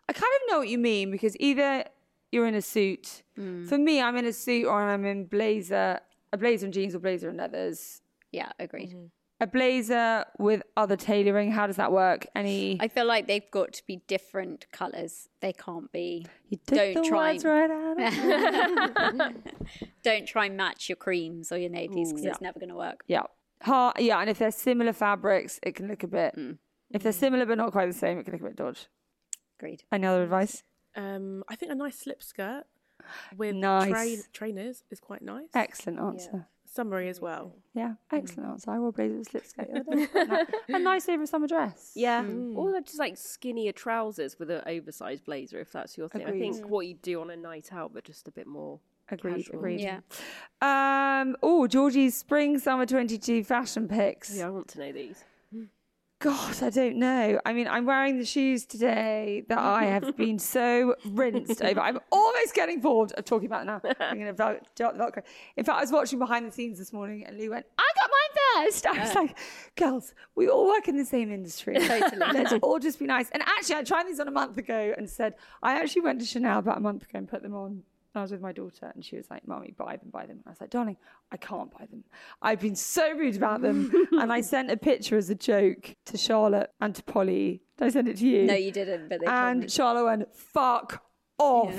Speaker 6: I kind of know what you mean because either you're in a suit.
Speaker 5: Mm.
Speaker 6: For me, I'm in a suit or I'm in blazer, a blazer and jeans or blazer and leathers.
Speaker 5: Yeah, agreed.
Speaker 6: A blazer with other tailoring. How does that work? Any?
Speaker 5: I feel like they've got to be different colours. They can't be.
Speaker 6: you
Speaker 5: don't
Speaker 6: the
Speaker 5: try
Speaker 6: words
Speaker 5: and-
Speaker 6: right out. of my-
Speaker 5: Don't try and match your creams or your navies because it's never going to work.
Speaker 6: yeah. Ha- yeah, and if they're similar fabrics, it can look a bit.
Speaker 5: Mm.
Speaker 6: If they're similar but not quite the same, it can look a bit dodge.
Speaker 5: Agreed.
Speaker 6: Any other advice?
Speaker 7: Um, I think a nice slip skirt with
Speaker 6: Nice.
Speaker 7: train- trainers is quite nice.
Speaker 6: Excellent answer.
Speaker 7: Summery as well.
Speaker 6: Yeah, excellent answer. I wore a blazer with a slip skirt. the other day. Quite nice. a nice over summer dress.
Speaker 8: Yeah, Hmm. or like, just like skinnier trousers with an oversized blazer, if that's your thing. I think what you do on a night out, but just a bit more.
Speaker 6: Agreed.
Speaker 8: Casual.
Speaker 6: Agreed.
Speaker 5: Yeah.
Speaker 6: Um. Oh, Georgie's spring summer twenty two fashion picks.
Speaker 8: Yeah, I want to know these.
Speaker 6: God, I don't know. I mean, I'm wearing the shoes today that I have been so rinsed over. I'm almost getting bored of talking about it now. I'm going to vel- jot the Velcro. In fact, I was watching behind the scenes this morning and Lou went, I got mine first. I was like, girls, we all work in the same industry. Totally. Let's all just be nice. And actually, I tried these on a month ago and said, I actually went to Chanel about a month ago and put them on. I was with my daughter and she was like, Mommy, buy them, buy them. And I was like, Darling, I can't buy them. I've been so rude about them. and I sent a picture as a joke to Charlotte and to Polly. Did I send it to you?
Speaker 5: No, you didn't. But they
Speaker 6: And Charlotte went, Fuck off.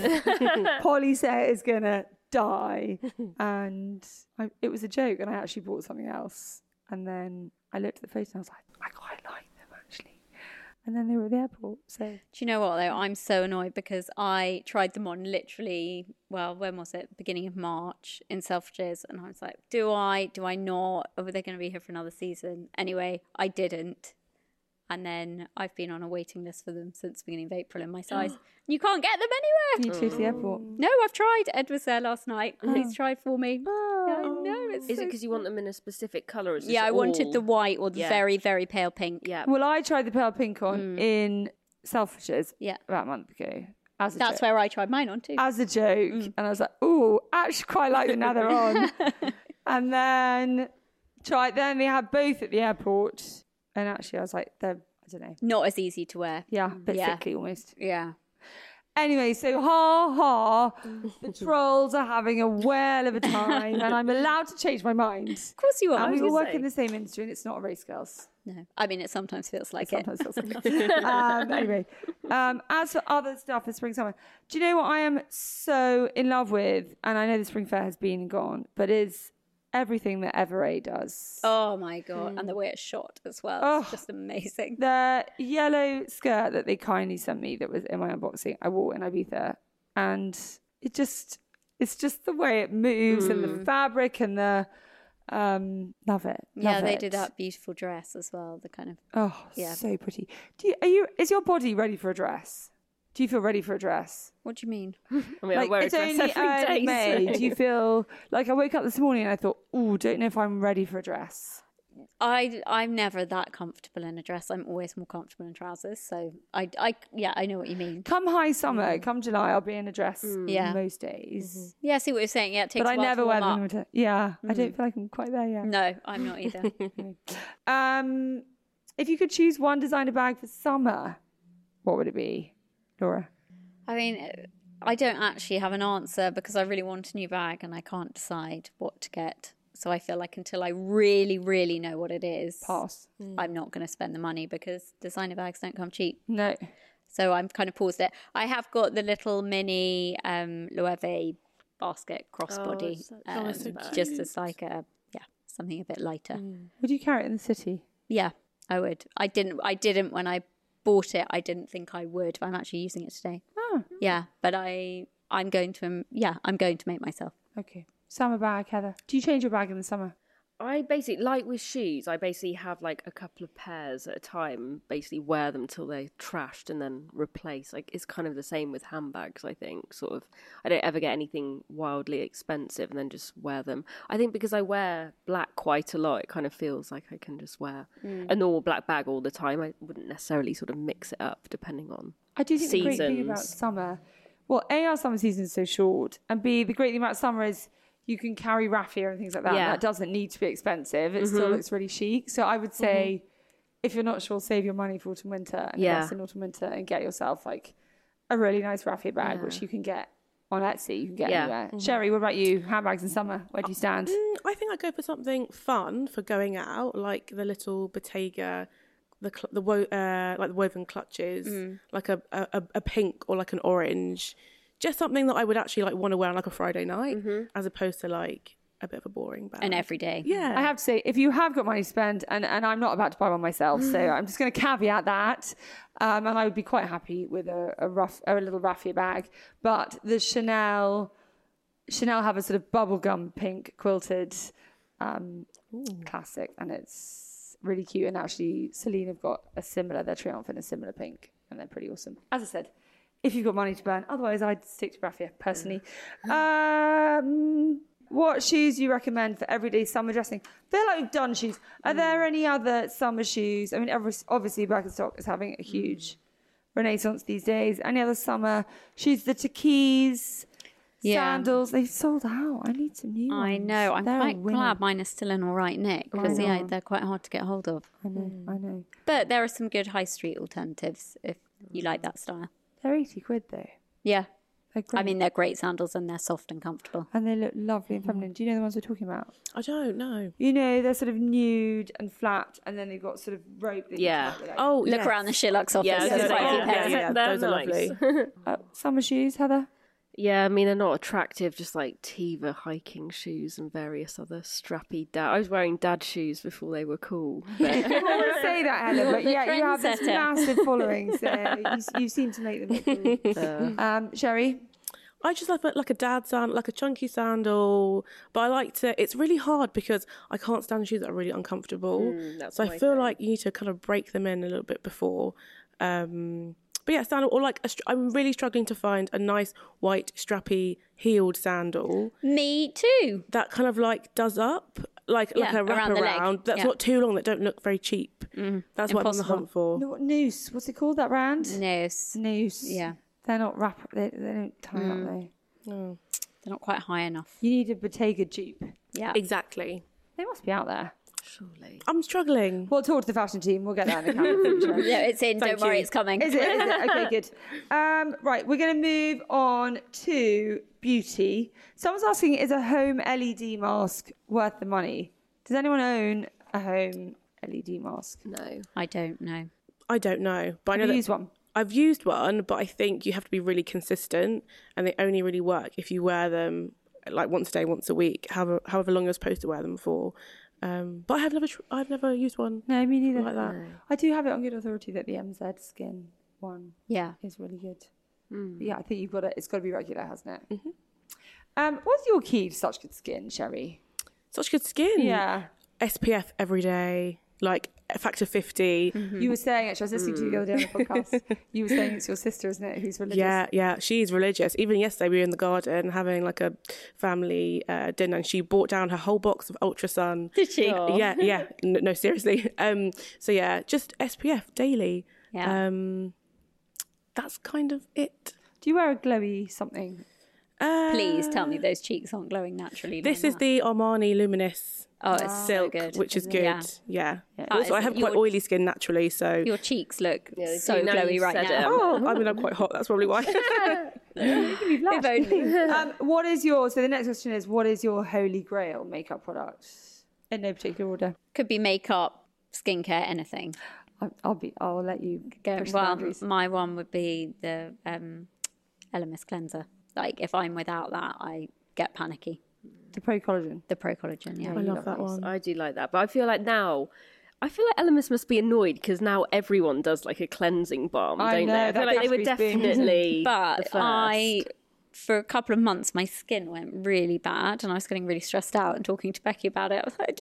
Speaker 6: Polly said is going to die. and I, it was a joke. And I actually bought something else. And then I looked at the photo and I was like, I quite like them actually. And then they were at the airport. So
Speaker 5: Do you know what though? I'm so annoyed because I tried them on literally, well, when was it? Beginning of March in Selfridges, and I was like, do I? Do I not? Are they going to be here for another season? Anyway, I didn't, and then I've been on a waiting list for them since the beginning of April in my size. you can't get them
Speaker 6: you Oh.
Speaker 5: anywhere.
Speaker 6: two to the airport.
Speaker 5: No, I've tried. Ed was there last night. He's tried for me.
Speaker 6: Oh.
Speaker 5: Yeah, I know. It's
Speaker 8: Is
Speaker 5: so-
Speaker 8: it because you want them in a specific color?
Speaker 5: yeah, I wanted the white or the
Speaker 8: Yeah.
Speaker 5: very, very pale pink.
Speaker 8: Yeah,
Speaker 6: Well, I tried the pale pink on in Selfridges
Speaker 5: Mm. Yeah.
Speaker 6: about a month ago. As a
Speaker 5: That's
Speaker 6: joke.
Speaker 5: where Mm. I tried mine on too.
Speaker 6: as a joke, and I was like, "Oh, actually, quite like them now they're on." and then tried. Then they had both at the airport, and actually, I was like, "They're I don't know,
Speaker 5: Not as easy to wear.
Speaker 6: yeah, a bit
Speaker 5: Mm. Yeah.
Speaker 6: sickly almost."
Speaker 5: Yeah.
Speaker 6: Anyway, so ha ha, the trolls are having a whale of a time, and I'm allowed to change my mind.
Speaker 5: Of course you are.
Speaker 6: And we all work in the same industry, and it's not a race, girls.
Speaker 5: No, I mean it sometimes feels like
Speaker 6: sometimes feels like it. um, anyway, um, as for other stuff for spring summer, do you know what I am so in love with? And I know the spring fair has been and gone, but is everything that Everay does.
Speaker 5: it. Oh my god!
Speaker 6: Mm.
Speaker 5: And the way it's shot as well, it's
Speaker 6: Oh.
Speaker 5: just amazing.
Speaker 6: The yellow skirt that they kindly sent me that was in my unboxing, I wore in Ibiza, and it just it's just the way it moves and
Speaker 5: Hmm.
Speaker 6: the fabric and the um love it.
Speaker 5: yeah,
Speaker 6: love
Speaker 5: they
Speaker 6: it.
Speaker 5: did that beautiful dress as well. The kind of
Speaker 6: Oh,
Speaker 5: Yeah.
Speaker 6: so pretty. Do you, are you? Is your body ready for a dress? Do you feel ready for a dress?
Speaker 5: what do you mean?
Speaker 8: I mean, I wear a dress every
Speaker 6: early
Speaker 8: day.
Speaker 6: May.
Speaker 8: so-
Speaker 6: Do you feel like I woke up this morning and I thought, oh, don't know if I'm ready for a dress.
Speaker 5: I I'm never that comfortable in a dress. I'm always more comfortable in trousers. So I I yeah I know what you mean.
Speaker 6: Come high summer, come July, I'll be in a dress
Speaker 5: Yeah.
Speaker 6: most days.
Speaker 5: Yeah, I see what you're saying. Yeah, it takes.
Speaker 6: But
Speaker 5: a
Speaker 6: I
Speaker 5: while
Speaker 6: never
Speaker 5: to
Speaker 6: wear
Speaker 5: warm
Speaker 6: them in
Speaker 5: up.
Speaker 6: winter. Yeah, I don't feel like I'm quite there yet.
Speaker 5: No, I'm not either.
Speaker 6: Um, if you could choose one designer bag for summer, what would it be, Laura?
Speaker 5: I mean, I don't actually have an answer because I really want a new bag and I can't decide what to get. So I feel like until I really, really know what it is,
Speaker 6: Pass.
Speaker 5: I'm not going to spend the money because designer bags don't come cheap.
Speaker 6: No.
Speaker 5: So I'm kind of paused it. I have got the little mini um, Loewe basket crossbody, um, just as like a yeah something a bit lighter.
Speaker 6: Would you carry it in the city?
Speaker 5: Yeah, I would. I didn't. I didn't when I bought it. I didn't think I would. But I'm actually using it today.
Speaker 6: Oh,
Speaker 5: Yeah, but I I'm going to um, yeah I'm going to make myself.
Speaker 6: okay. Summer bag, Heather. Do you change your bag in the summer?
Speaker 8: I basically like with shoes. I basically have like a couple of pairs at a time. Basically, wear them till they're trashed and then replace. Like it's kind of the same with handbags. I think sort of. I don't ever get anything wildly expensive and then just wear them. I think because I wear black quite a lot, it kind of feels like I can just wear a normal black bag all the time. I wouldn't necessarily sort of mix it up depending on.
Speaker 6: I do think the great thing about
Speaker 8: Seasons.
Speaker 6: summer, well, A, our summer season is so short, and B, the great thing about summer is you can carry raffia and things like that.
Speaker 8: Yeah. Mm-hmm.
Speaker 6: That doesn't need to be expensive. It still looks really chic. So I would say, if you're not sure, save your money for autumn winter and
Speaker 8: Yeah.
Speaker 6: invest in autumn winter and get yourself like a really nice raffia bag, which you can get on Etsy. You can get
Speaker 8: Yeah. Mm-hmm.
Speaker 6: anywhere. Sherry, what about you? Handbags in summer. Where do you stand?
Speaker 7: Mm, I think I'd go for something fun for going out, like the little Bottega, the cl- the wo- uh, like the woven clutches,
Speaker 6: Mm.
Speaker 7: like a, a a- a pink or like an orange, just something that I would actually like want to wear on like a Friday night,
Speaker 6: Mm-hmm.
Speaker 7: as opposed to like a bit of a boring bag.
Speaker 5: and every day.
Speaker 7: yeah,
Speaker 6: I have to say, if you have got money to spend, and, and I'm not about to buy one myself, so I'm just going to caveat that. Um, and I would be quite happy with a, a rough, a little raffia bag. But the Chanel, Chanel have a sort of bubblegum pink quilted um, classic, and it's really cute. And actually, Celine have got a similar, their Triumph in a similar pink, and they're pretty awesome. As I said, if you've got money to burn, otherwise I'd stick to raffia personally.
Speaker 5: Mm.
Speaker 6: Um, what shoes do you recommend for everyday summer dressing? feel like we've done shoes.
Speaker 5: Mm.
Speaker 6: Are there any other summer shoes? I mean, every, obviously Birkenstock is having a
Speaker 5: Mm.
Speaker 6: huge renaissance these days. Any other summer shoes? The Takis,
Speaker 5: Yeah.
Speaker 6: sandals. They've sold out. I need some new ones.
Speaker 5: I know. I'm
Speaker 6: They're a
Speaker 5: quite
Speaker 6: winner.
Speaker 5: glad mine is still in all right nick because yeah, they're quite hard to get hold of.
Speaker 6: I know. I
Speaker 5: Mm.
Speaker 6: know.
Speaker 5: But there are some good high street alternatives if you like that style.
Speaker 6: They're eighty quid though.
Speaker 5: Yeah,
Speaker 6: They're great.
Speaker 5: I mean they're great sandals and they're soft and comfortable.
Speaker 6: and they look lovely and feminine. Do you know the ones we're talking about?
Speaker 7: I don't
Speaker 6: Mhm.
Speaker 7: know.
Speaker 6: You know, they're sort of nude and flat, and then they've got sort of rope. That you
Speaker 8: Yeah.
Speaker 6: tie with it.
Speaker 7: Oh,
Speaker 5: Look around the Shillocks office.
Speaker 8: Yeah, I was
Speaker 5: there's
Speaker 8: gonna
Speaker 5: quite a
Speaker 8: say,
Speaker 5: few
Speaker 8: yeah,
Speaker 5: pairs.
Speaker 8: yeah, yeah,
Speaker 7: Those
Speaker 8: they're
Speaker 7: are
Speaker 8: nice.
Speaker 6: Uh, summer shoes, Heather.
Speaker 8: Yeah, I mean they're not attractive, just like Tiva hiking shoes and various other strappy dad. I was wearing dad shoes before they were cool. but-
Speaker 6: I would say that, Helen, but
Speaker 5: the
Speaker 6: yeah, you have this
Speaker 5: trendsetter.
Speaker 6: massive following, so you, you seem to make them. look cool. um, Sherry,
Speaker 7: I just like a- like a dad sandal, like a chunky sandal. But I like to. It's really hard because I can't stand shoes that are really uncomfortable.
Speaker 5: Mm,
Speaker 7: so I feel like you need to kind of break them in a little bit before. Um, but yeah, sandal or like a str- I'm really struggling to find a nice white strappy heeled sandal
Speaker 5: Me too.
Speaker 7: that kind of like does up, like like
Speaker 5: Yeah,
Speaker 7: a wrap
Speaker 5: around
Speaker 7: around.
Speaker 5: the leg.
Speaker 7: that's
Speaker 5: Yeah. Mm-hmm.
Speaker 7: not too long. That don't look very cheap. that's what I'm on the
Speaker 5: Impossible.
Speaker 7: hunt for.
Speaker 6: no, what, Noose, what's it called, that brand?
Speaker 5: No,
Speaker 6: Noose.
Speaker 5: Yeah. Mm.
Speaker 6: They're not wrap, they, they don't tie up, though.
Speaker 5: they're not quite high enough.
Speaker 6: You need a Bottega Jeep.
Speaker 5: Yeah.
Speaker 7: Exactly.
Speaker 6: They must be out there.
Speaker 7: I'm struggling.
Speaker 6: We'll talk to the fashion team. We'll get that in the calendar. future.
Speaker 5: No, it's in.
Speaker 7: Thank
Speaker 5: Don't worry,
Speaker 7: you.
Speaker 5: it's coming.
Speaker 6: Is it? Is it? Okay, good. Um, right, we're going to move on to beauty. Someone's asking, is a home LED mask worth the money? Does anyone own a home LED mask?
Speaker 8: no.
Speaker 5: I don't know.
Speaker 7: I don't know, but I know
Speaker 6: Have you
Speaker 7: that
Speaker 6: used one?
Speaker 7: I've used one, but I think you have to be really consistent, and they only really work if you wear them like once a day, once a week, however however long you're supposed to wear them for. Um, but I have never tr- I've never used one.
Speaker 6: No, me neither.
Speaker 7: Like that.
Speaker 6: I do have it on good authority that the MZ skin one
Speaker 5: Yeah.
Speaker 6: is really good.
Speaker 7: Hmm.
Speaker 6: Yeah, I think you've got to, it's got to be regular, hasn't it?
Speaker 7: Mm-hmm.
Speaker 6: Um, what's your key to such good skin, Sherry?
Speaker 7: Such good skin.
Speaker 6: Yeah.
Speaker 7: SPF every day, like a factor 50
Speaker 6: You were saying, actually, I was listening to you the other day on the podcast. you were saying it's your sister, isn't it, who's religious?
Speaker 7: Yeah, yeah, she's religious. Even yesterday, we were in the garden having like a family uh, dinner, and she brought down her whole box of Ultra Sun. Did
Speaker 5: she? Aw.
Speaker 7: Yeah, yeah. N- no, seriously. Um, so yeah, just SPF daily.
Speaker 5: Yeah.
Speaker 7: Um, that's kind of it.
Speaker 6: Do you wear a glowy something
Speaker 7: Uh,
Speaker 5: Please tell me those cheeks aren't glowing naturally.
Speaker 7: This
Speaker 5: like
Speaker 7: is
Speaker 5: that.
Speaker 7: the Armani Luminous
Speaker 5: oh, it's so
Speaker 7: silk,
Speaker 5: good.
Speaker 7: which is good.
Speaker 5: Yeah.
Speaker 7: Yeah.
Speaker 5: That
Speaker 7: Also, I
Speaker 5: is-
Speaker 7: have quite
Speaker 5: your-
Speaker 7: oily skin naturally, so
Speaker 5: Your cheeks look so
Speaker 8: now
Speaker 5: glowy
Speaker 8: you've
Speaker 5: right
Speaker 8: said
Speaker 5: now.
Speaker 8: it.
Speaker 7: oh, I mean, I'm quite hot. That's probably why.
Speaker 5: If only.
Speaker 6: um, what is your so the next question is what is your holy grail makeup product in no particular order
Speaker 5: Could be makeup, skincare, anything.
Speaker 6: I, i'll be i'll let you
Speaker 5: Go,
Speaker 6: push the
Speaker 5: well,
Speaker 6: boundaries.
Speaker 5: my one would be the um, Elemis cleanser. Like if I'm without that, I get panicky.
Speaker 6: the pro collagen
Speaker 5: The Pro Collagen, yeah.
Speaker 7: I love that one.
Speaker 8: I do like that, but I feel like now. I feel like Elemis must be annoyed because now everyone does like a cleansing balm,
Speaker 6: I
Speaker 8: don't
Speaker 6: know,
Speaker 8: they? I feel
Speaker 6: that
Speaker 8: like they were
Speaker 6: category's been-
Speaker 8: definitely. the
Speaker 5: but
Speaker 8: first.
Speaker 5: I, for a couple of months, my skin went really bad, and I was getting really stressed out. And talking to Becky about it, I was like,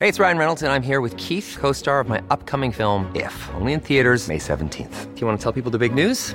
Speaker 9: Hey, it's Ryan Reynolds, and I'm here with Keith, co star of my upcoming film, If, only in theaters, May 17th. Do you want to tell people the big news?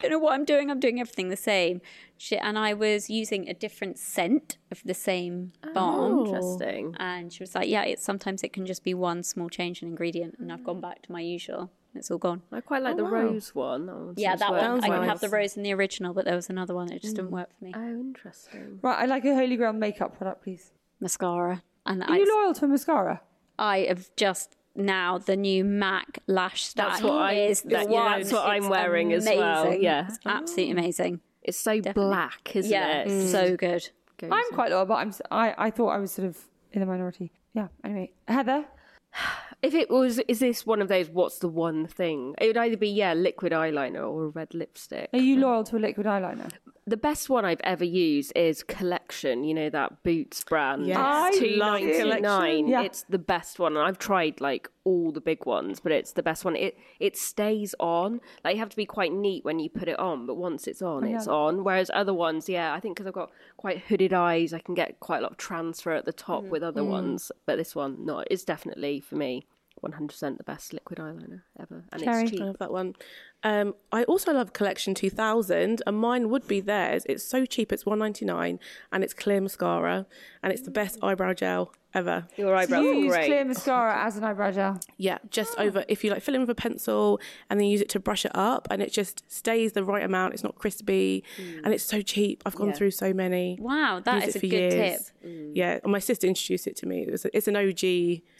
Speaker 5: don't know what I'm doing. I'm doing everything the same. She, and I was using a different scent of the same balm.
Speaker 8: Oh, Interesting.
Speaker 5: And she was like, yeah, it's sometimes it can just be one small change in ingredient. And I've gone back to my usual. It's all gone.
Speaker 8: I quite like the rose one. Oh, That one
Speaker 5: Yeah,
Speaker 8: seems
Speaker 5: that
Speaker 8: worth
Speaker 5: one. I
Speaker 8: it.
Speaker 5: can have the rose in the original, but there was another one that just didn't work for me.
Speaker 8: Oh, interesting.
Speaker 6: Right, I'd like a Holy Grail makeup product, please.
Speaker 5: Mascara. And
Speaker 6: Are
Speaker 5: I,
Speaker 6: you loyal to a mascara?
Speaker 5: I have just now the new MAC lash stack
Speaker 8: That's what I-
Speaker 5: is the
Speaker 8: that- yeah,
Speaker 5: one.
Speaker 8: that's what I'm
Speaker 5: It's
Speaker 8: wearing as well,
Speaker 5: amazing.
Speaker 8: yeah.
Speaker 5: It's absolutely amazing.
Speaker 8: It's so black, isn't
Speaker 5: yeah,
Speaker 8: it?
Speaker 5: so good.
Speaker 6: I'm quite loyal, but I'm, s- I, I thought I was sort of in the minority. Yeah, anyway. Heather?
Speaker 8: If it was, is this one of those? What's the one thing? It would either be yeah, liquid eyeliner or a red lipstick.
Speaker 6: Are you loyal to a liquid eyeliner?
Speaker 8: The best one I've ever used is Collection. You know that Boots brand.
Speaker 7: Yes.
Speaker 6: I
Speaker 8: It's two
Speaker 6: love
Speaker 8: ninety
Speaker 6: Collection,
Speaker 8: nine.
Speaker 6: yeah.
Speaker 8: It's the best one, and I've tried like all the big ones, but it's the best one. It it stays on. Like you have to be quite neat when you put it on, but once it's on, it's on. Whereas other ones, yeah, I think because I've got quite hooded eyes, I can get quite a lot of transfer at the
Speaker 6: Mm.
Speaker 8: top with other ones. But this one, no, it's definitely for me. 100% the best liquid eyeliner ever. And it's cheap.
Speaker 7: I love that one. Um, I also love Collection 2000, and mine would be theirs. It's so cheap, it's 1.99, and it's clear mascara, and it's the best eyebrow gel ever.
Speaker 8: Your eyebrows
Speaker 6: you
Speaker 8: are
Speaker 6: use
Speaker 8: great.
Speaker 6: clear mascara as an eyebrow gel.
Speaker 7: Yeah, just
Speaker 5: Oh.
Speaker 7: over if you like fill in with a pencil and then use it to brush it up, and it just stays the right amount. It's not crispy, and it's so cheap. I've gone through so many.
Speaker 5: Mm. Wow, that
Speaker 7: Used
Speaker 5: is
Speaker 7: it
Speaker 5: a
Speaker 7: for
Speaker 5: good tip. Mm.
Speaker 7: years. Yeah, and my sister introduced it to me. It was it's an OG.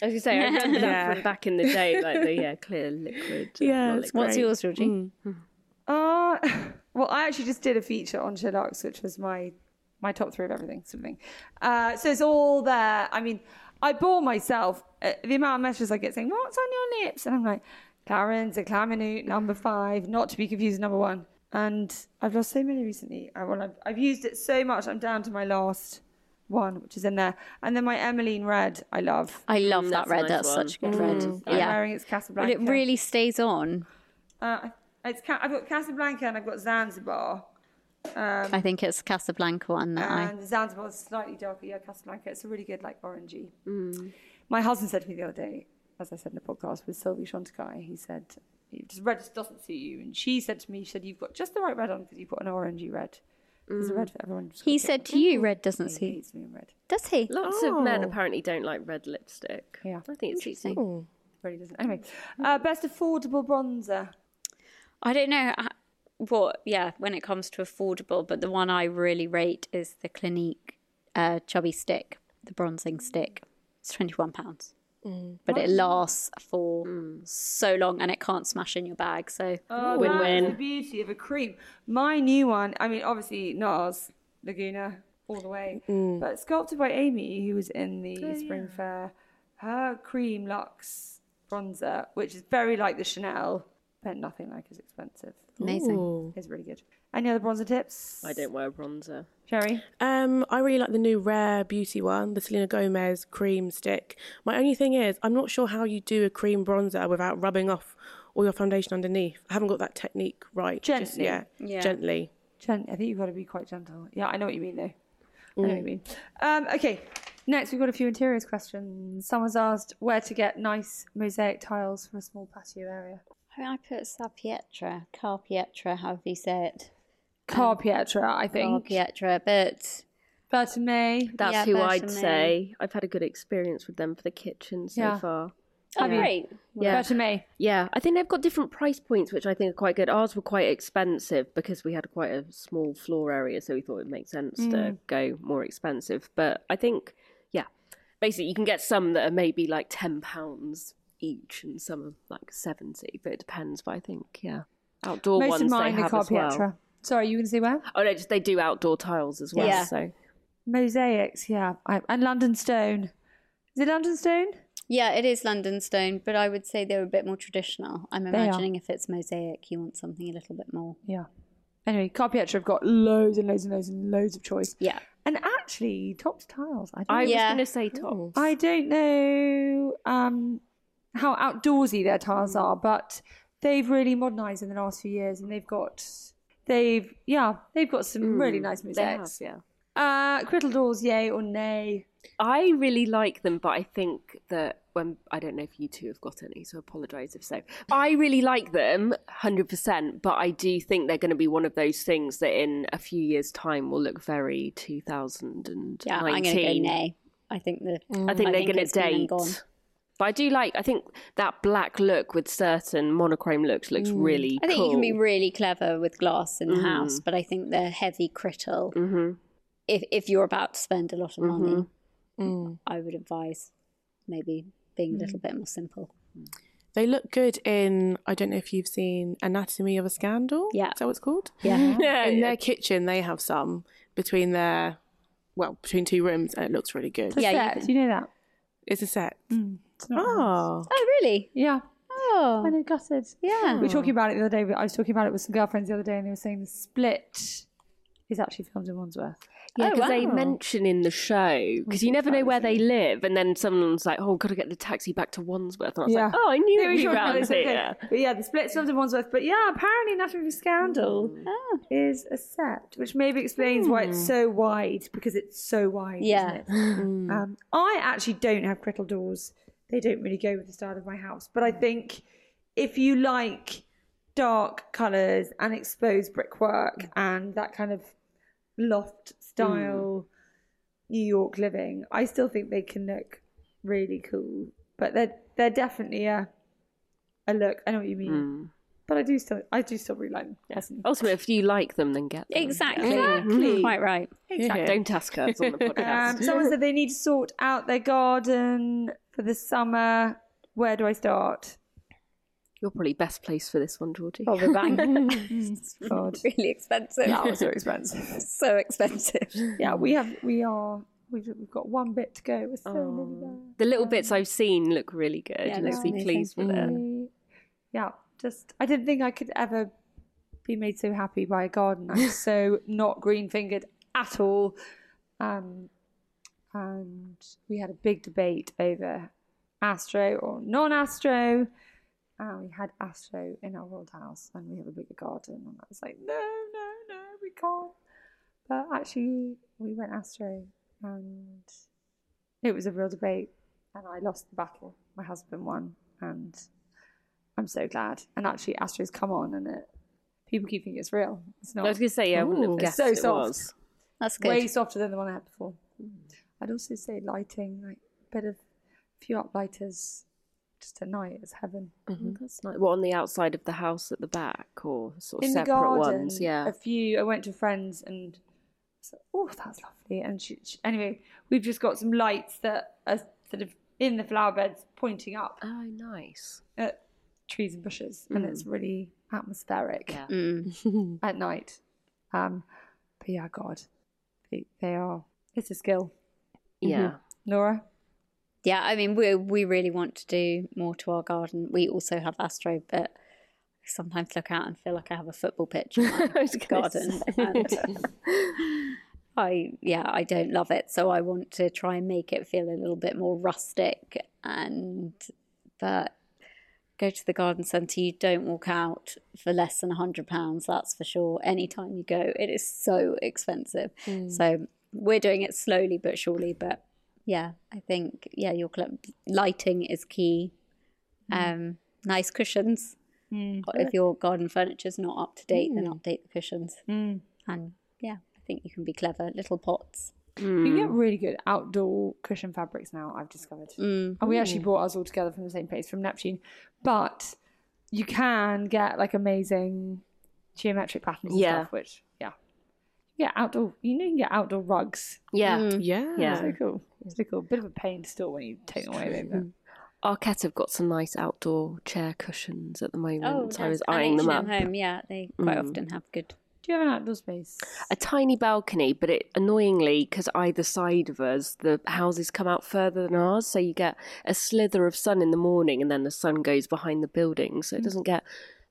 Speaker 8: I was gonna say, I remember that from back in the day, like the yeah, clear liquid. uh,
Speaker 7: Yeah,
Speaker 8: not liquid.
Speaker 7: it's
Speaker 5: What's
Speaker 7: Great. Mm.
Speaker 5: yours, Georgie?
Speaker 6: Uh, well, I actually just did a feature on Sherlock's, which was my my top three of everything, sort of thing. Uh, so it's all there. I mean, I bore myself uh, the amount of messages I get saying, "What's on your lips?" and I'm like, "Clarins, a Claminute, number five, not to be confused with number one." And I've lost so many recently. I, well, I've, I've used it so much, I'm down to my last one, which is in there. And then my Emmeline Red, I love.
Speaker 5: I love
Speaker 8: Mm, that's
Speaker 5: that
Speaker 8: a
Speaker 5: red.
Speaker 8: nice
Speaker 5: That's
Speaker 8: one. Mm.
Speaker 5: such a good red.
Speaker 6: I'm
Speaker 5: Yeah.
Speaker 6: wearing it's
Speaker 5: But
Speaker 6: Casablanca.
Speaker 5: it really stays on.
Speaker 6: Uh, it's Ca- I've got Casablanca and I've got Zanzibar. Um,
Speaker 5: I think it's Casablanca one that I.
Speaker 8: uh,
Speaker 6: and Zanzibar is slightly darker. Yeah, Casablanca. It's a really good, like, orangey.
Speaker 5: Mm.
Speaker 6: My husband said to me the other day, as I said in the podcast with Sylvie Shantakai, he said, "It just red just doesn't suit you." And she said to me, "She said you've got just the right red on because you put an orangey red. There's a red for everyone." Just
Speaker 5: Mm. He
Speaker 6: gotta
Speaker 5: said to you, red doesn't
Speaker 6: get- he
Speaker 5: suit.
Speaker 6: hates me in red.
Speaker 5: Does he?
Speaker 8: Lots of men
Speaker 5: Oh.
Speaker 8: apparently don't like red lipstick.
Speaker 6: Yeah.
Speaker 8: I think it's easy.
Speaker 6: Really doesn't. Anyway, uh, best affordable bronzer.
Speaker 5: I don't know uh, what, yeah, when it comes to affordable, but the one I really rate is the Clinique uh, Chubby Stick, the bronzing stick. It's £21. But it lasts for so long and it can't smash in your bag. So
Speaker 6: Oh,
Speaker 8: Win-win.
Speaker 6: that is the beauty of a cream. My new one, I mean, obviously NARS Laguna all the way,
Speaker 8: Mm.
Speaker 6: but sculpted by Amy, who was in the
Speaker 8: Oh,
Speaker 6: Spring Fair. Her cream luxe bronzer, which is very like the Chanel, but nothing like as expensive,
Speaker 5: amazing.
Speaker 6: is really good. Any other bronzer tips?
Speaker 8: Oh. I don't wear bronzer.
Speaker 6: Sherry.
Speaker 7: Um, I really like the new Rare Beauty one, the Selena Gomez cream stick. My only thing is, I'm not sure how you do a cream bronzer without rubbing off all your foundation underneath. I haven't got that technique right. Just
Speaker 6: Gently.
Speaker 7: yet. Gently.
Speaker 6: Gen- I think you've got to be quite gentle. Yeah, I know what you mean, though.
Speaker 8: Mm.
Speaker 6: I know what you mean. Um, okay, next we've got a few interiors questions. Someone's asked where to get nice mosaic tiles for a small patio area.
Speaker 5: I mean, I put Sapietra, Car Pietra, however you say it.
Speaker 6: Car Pietra, I
Speaker 5: Car
Speaker 6: think.
Speaker 5: Pietra, but
Speaker 6: Berta May.
Speaker 8: That's
Speaker 5: Yeah,
Speaker 8: who I'd
Speaker 5: personally.
Speaker 8: say. I've had a good experience with them for the kitchen so
Speaker 6: Yeah.
Speaker 8: far.
Speaker 5: oh,
Speaker 8: Yeah.
Speaker 5: great.
Speaker 8: Yeah.
Speaker 6: Berta May.
Speaker 8: Yeah, I think they've got different price points, which I think are quite good. Ours were quite expensive because we had quite a small floor area, so we thought it makes sense
Speaker 6: Mm.
Speaker 8: to go more expensive. But I think, yeah, basically you can get some that are maybe like ten pounds each, and some are like seventy, but it depends. But I think, yeah, outdoor
Speaker 6: Most
Speaker 8: ones
Speaker 6: of mine
Speaker 8: they
Speaker 6: are
Speaker 8: have
Speaker 6: Car
Speaker 8: as well.
Speaker 6: Pietra. Sorry, you can see where?
Speaker 8: Oh no, just they do outdoor tiles as well.
Speaker 5: Yeah.
Speaker 8: So
Speaker 6: Mosaics, yeah. I, and London Stone. Is it London Stone?
Speaker 5: Yeah, it is London Stone, but I would say they're a bit more traditional. I'm
Speaker 6: are.
Speaker 5: imagining if it's mosaic, you want something a little bit more.
Speaker 6: Yeah. Anyway, Car Pietra have got loads and loads and loads and loads of choice.
Speaker 5: Yeah.
Speaker 6: And actually, topped tiles. I don't
Speaker 8: I was
Speaker 5: Yeah.
Speaker 8: going to say tops.
Speaker 6: I don't know um, how outdoorsy their tiles are, but they've really modernised in the last few years, and they've got they've yeah they've got some really nice
Speaker 8: Hmm. They have,
Speaker 6: mosaics.
Speaker 8: yeah.
Speaker 6: Uh, crittle doors, yay or nay?
Speaker 8: I really like them, but I think that when I don't know if you two have got any, so apologise if so. I really like them, hundred percent, but I do think they're going to be one of those things that in a few years' time will look very two thousand and
Speaker 5: Yeah, I'm going to go
Speaker 8: nineteen.
Speaker 5: nay. I think the
Speaker 8: I think they're going to
Speaker 5: it's been and
Speaker 8: date.
Speaker 5: gone.
Speaker 8: But I do like. I think that black look with certain monochrome looks looks really.
Speaker 5: Mm. I think
Speaker 8: cool. Mm-hmm.
Speaker 5: you can be really clever with glass in the house, but I think they're heavy critical. If if you're about to spend a lot of money,
Speaker 8: Mm-hmm.
Speaker 5: I would advise maybe being a little bit more simple.
Speaker 7: They look good in, I don't know if you've seen Anatomy of a Scandal.
Speaker 5: Yeah.
Speaker 7: Is that what it's called?
Speaker 5: Yeah.
Speaker 8: Yeah,
Speaker 7: In their kitchen, they have some between their, well, between two rooms, and it looks really good.
Speaker 5: Yeah, you
Speaker 6: set.
Speaker 5: can-
Speaker 6: Do you know that?
Speaker 7: It's a set.
Speaker 6: It's not nice.
Speaker 7: Oh.
Speaker 5: Oh really?
Speaker 6: Yeah. I
Speaker 5: Oh
Speaker 6: know, gutted.
Speaker 5: yeah.
Speaker 6: We were talking about it the other day. but I was talking about it with some girlfriends the other day, and they were saying the split is actually filmed in Wandsworth.
Speaker 8: Yeah,
Speaker 5: Oh,
Speaker 8: because they
Speaker 5: wow.
Speaker 8: mention in the show because you never know where they live, and then someone's like, "Oh, gotta get the taxi back to Wandsworth." And I was
Speaker 6: Yeah.
Speaker 8: like, "Oh, I knew
Speaker 6: Yeah,
Speaker 8: it was
Speaker 6: sure,
Speaker 8: around
Speaker 6: it's okay.
Speaker 8: here."
Speaker 6: But yeah, the split's filmed in Wandsworth. But yeah, apparently Anatomy of a Scandal is a set, which maybe explains why it's so wide because it's so wide.
Speaker 5: Yeah.
Speaker 6: Isn't it? Um, I actually don't have crittle doors. They don't really go with the style of my house. But I think if you like dark colours and exposed brickwork and that kind of loft style New York living, I still think they can look really cool. But they're they're definitely a a look. I know what you mean. But I do still I do still really like them. personally.
Speaker 8: Ultimately, if you like them, then get them.
Speaker 5: Exactly.
Speaker 6: Exactly.
Speaker 5: Quite right.
Speaker 8: Exactly. Don't ask us on the podcast.
Speaker 6: Um, someone said they need to sort out their garden for the summer. Where do I start?
Speaker 8: You're probably best place for this one, Georgie.
Speaker 5: Probably bank.
Speaker 6: God,
Speaker 5: really expensive.
Speaker 6: that was so expensive.
Speaker 5: so expensive.
Speaker 6: Yeah, we have we are we've, we've got one bit to go. We're so nearly there.
Speaker 8: The little bits I've seen look really good.
Speaker 5: Yeah,
Speaker 8: Yeah,
Speaker 5: that's
Speaker 8: Let's be
Speaker 5: amazing.
Speaker 8: pleased with them.
Speaker 6: yeah, just I didn't think I could ever be made so happy by a garden. I'm so not green fingered at all. Um, and we had a big debate over astro or non astro. And we had astro in our old house, and we have a bigger garden. And I was like, no, no, no, we can't. But actually, we went astro, and it was a real debate. And I lost the battle. My husband won, and I'm so glad. And actually, Astro's come on, and it, people keep thinking it's real. It's
Speaker 8: I
Speaker 6: not.
Speaker 8: was going to say, yeah, I wouldn't have guessed
Speaker 6: Mm-hmm.
Speaker 8: it
Speaker 6: so soft.
Speaker 8: was.
Speaker 5: That's good. Hmm.
Speaker 6: Way softer than the one I had before. I'd also say lighting, like a bit of few uplighters just at night is heaven.
Speaker 5: Mm-hmm.
Speaker 8: That's nice. Well, on the outside of the house at the back, or sort of
Speaker 6: In the
Speaker 8: separate
Speaker 6: garden,
Speaker 8: ones. Yeah.
Speaker 6: a few. I went to friends and said, "Oh, that's lovely." And she, she, anyway, we've just got some lights that are sort of in the flower beds, pointing up
Speaker 8: Oh, nice.
Speaker 6: at trees and bushes, and it's really atmospheric
Speaker 8: Mm. Yeah.
Speaker 6: at night. Um, but yeah, God, they, they are. It's a skill, Mm-hmm.
Speaker 8: Yeah.
Speaker 6: Laura.
Speaker 5: Yeah, I mean, we we really want to do more to our garden. We also have Astro, but I sometimes look out and feel like I have a football pitch in my garden. And I yeah, I don't love it, so I want to try and make it feel a little bit more rustic. And but go to the garden centre. You don't walk out for less than a hundred pounds. That's for sure. Anytime you go, it is so expensive. So we're doing it slowly but surely, but yeah, I think yeah, your cl- lighting is key. Um, nice cushions. If your garden furniture's not up to date, then update the cushions. And yeah, I think you can be clever. Little pots.
Speaker 6: You
Speaker 8: Mm.
Speaker 6: get really good outdoor cushion fabrics now, I've discovered.
Speaker 5: Mm.
Speaker 6: And we
Speaker 8: Oh.
Speaker 6: actually bought ours all together from the same place, from Neptune. But you can get like amazing geometric patterns and
Speaker 8: Yeah.
Speaker 6: stuff, which, yeah. Yeah, outdoor, you know, you can get outdoor rugs.
Speaker 8: Yeah.
Speaker 7: Yeah.
Speaker 8: Yeah.
Speaker 6: So cool. It's really cool. Bit of a pain to store when you take them away, though. but-
Speaker 8: Arquette have got some nice outdoor chair cushions at the moment.
Speaker 5: Oh,
Speaker 8: I was
Speaker 5: And
Speaker 8: eyeing them up.
Speaker 5: H&M Home, yeah, they quite often have good.
Speaker 6: Do you have an outdoor space?
Speaker 8: A tiny balcony, but it annoyingly, because either side of us, the houses come out further than ours, so you get a slither of sun in the morning, and then the sun goes behind the building, so it doesn't get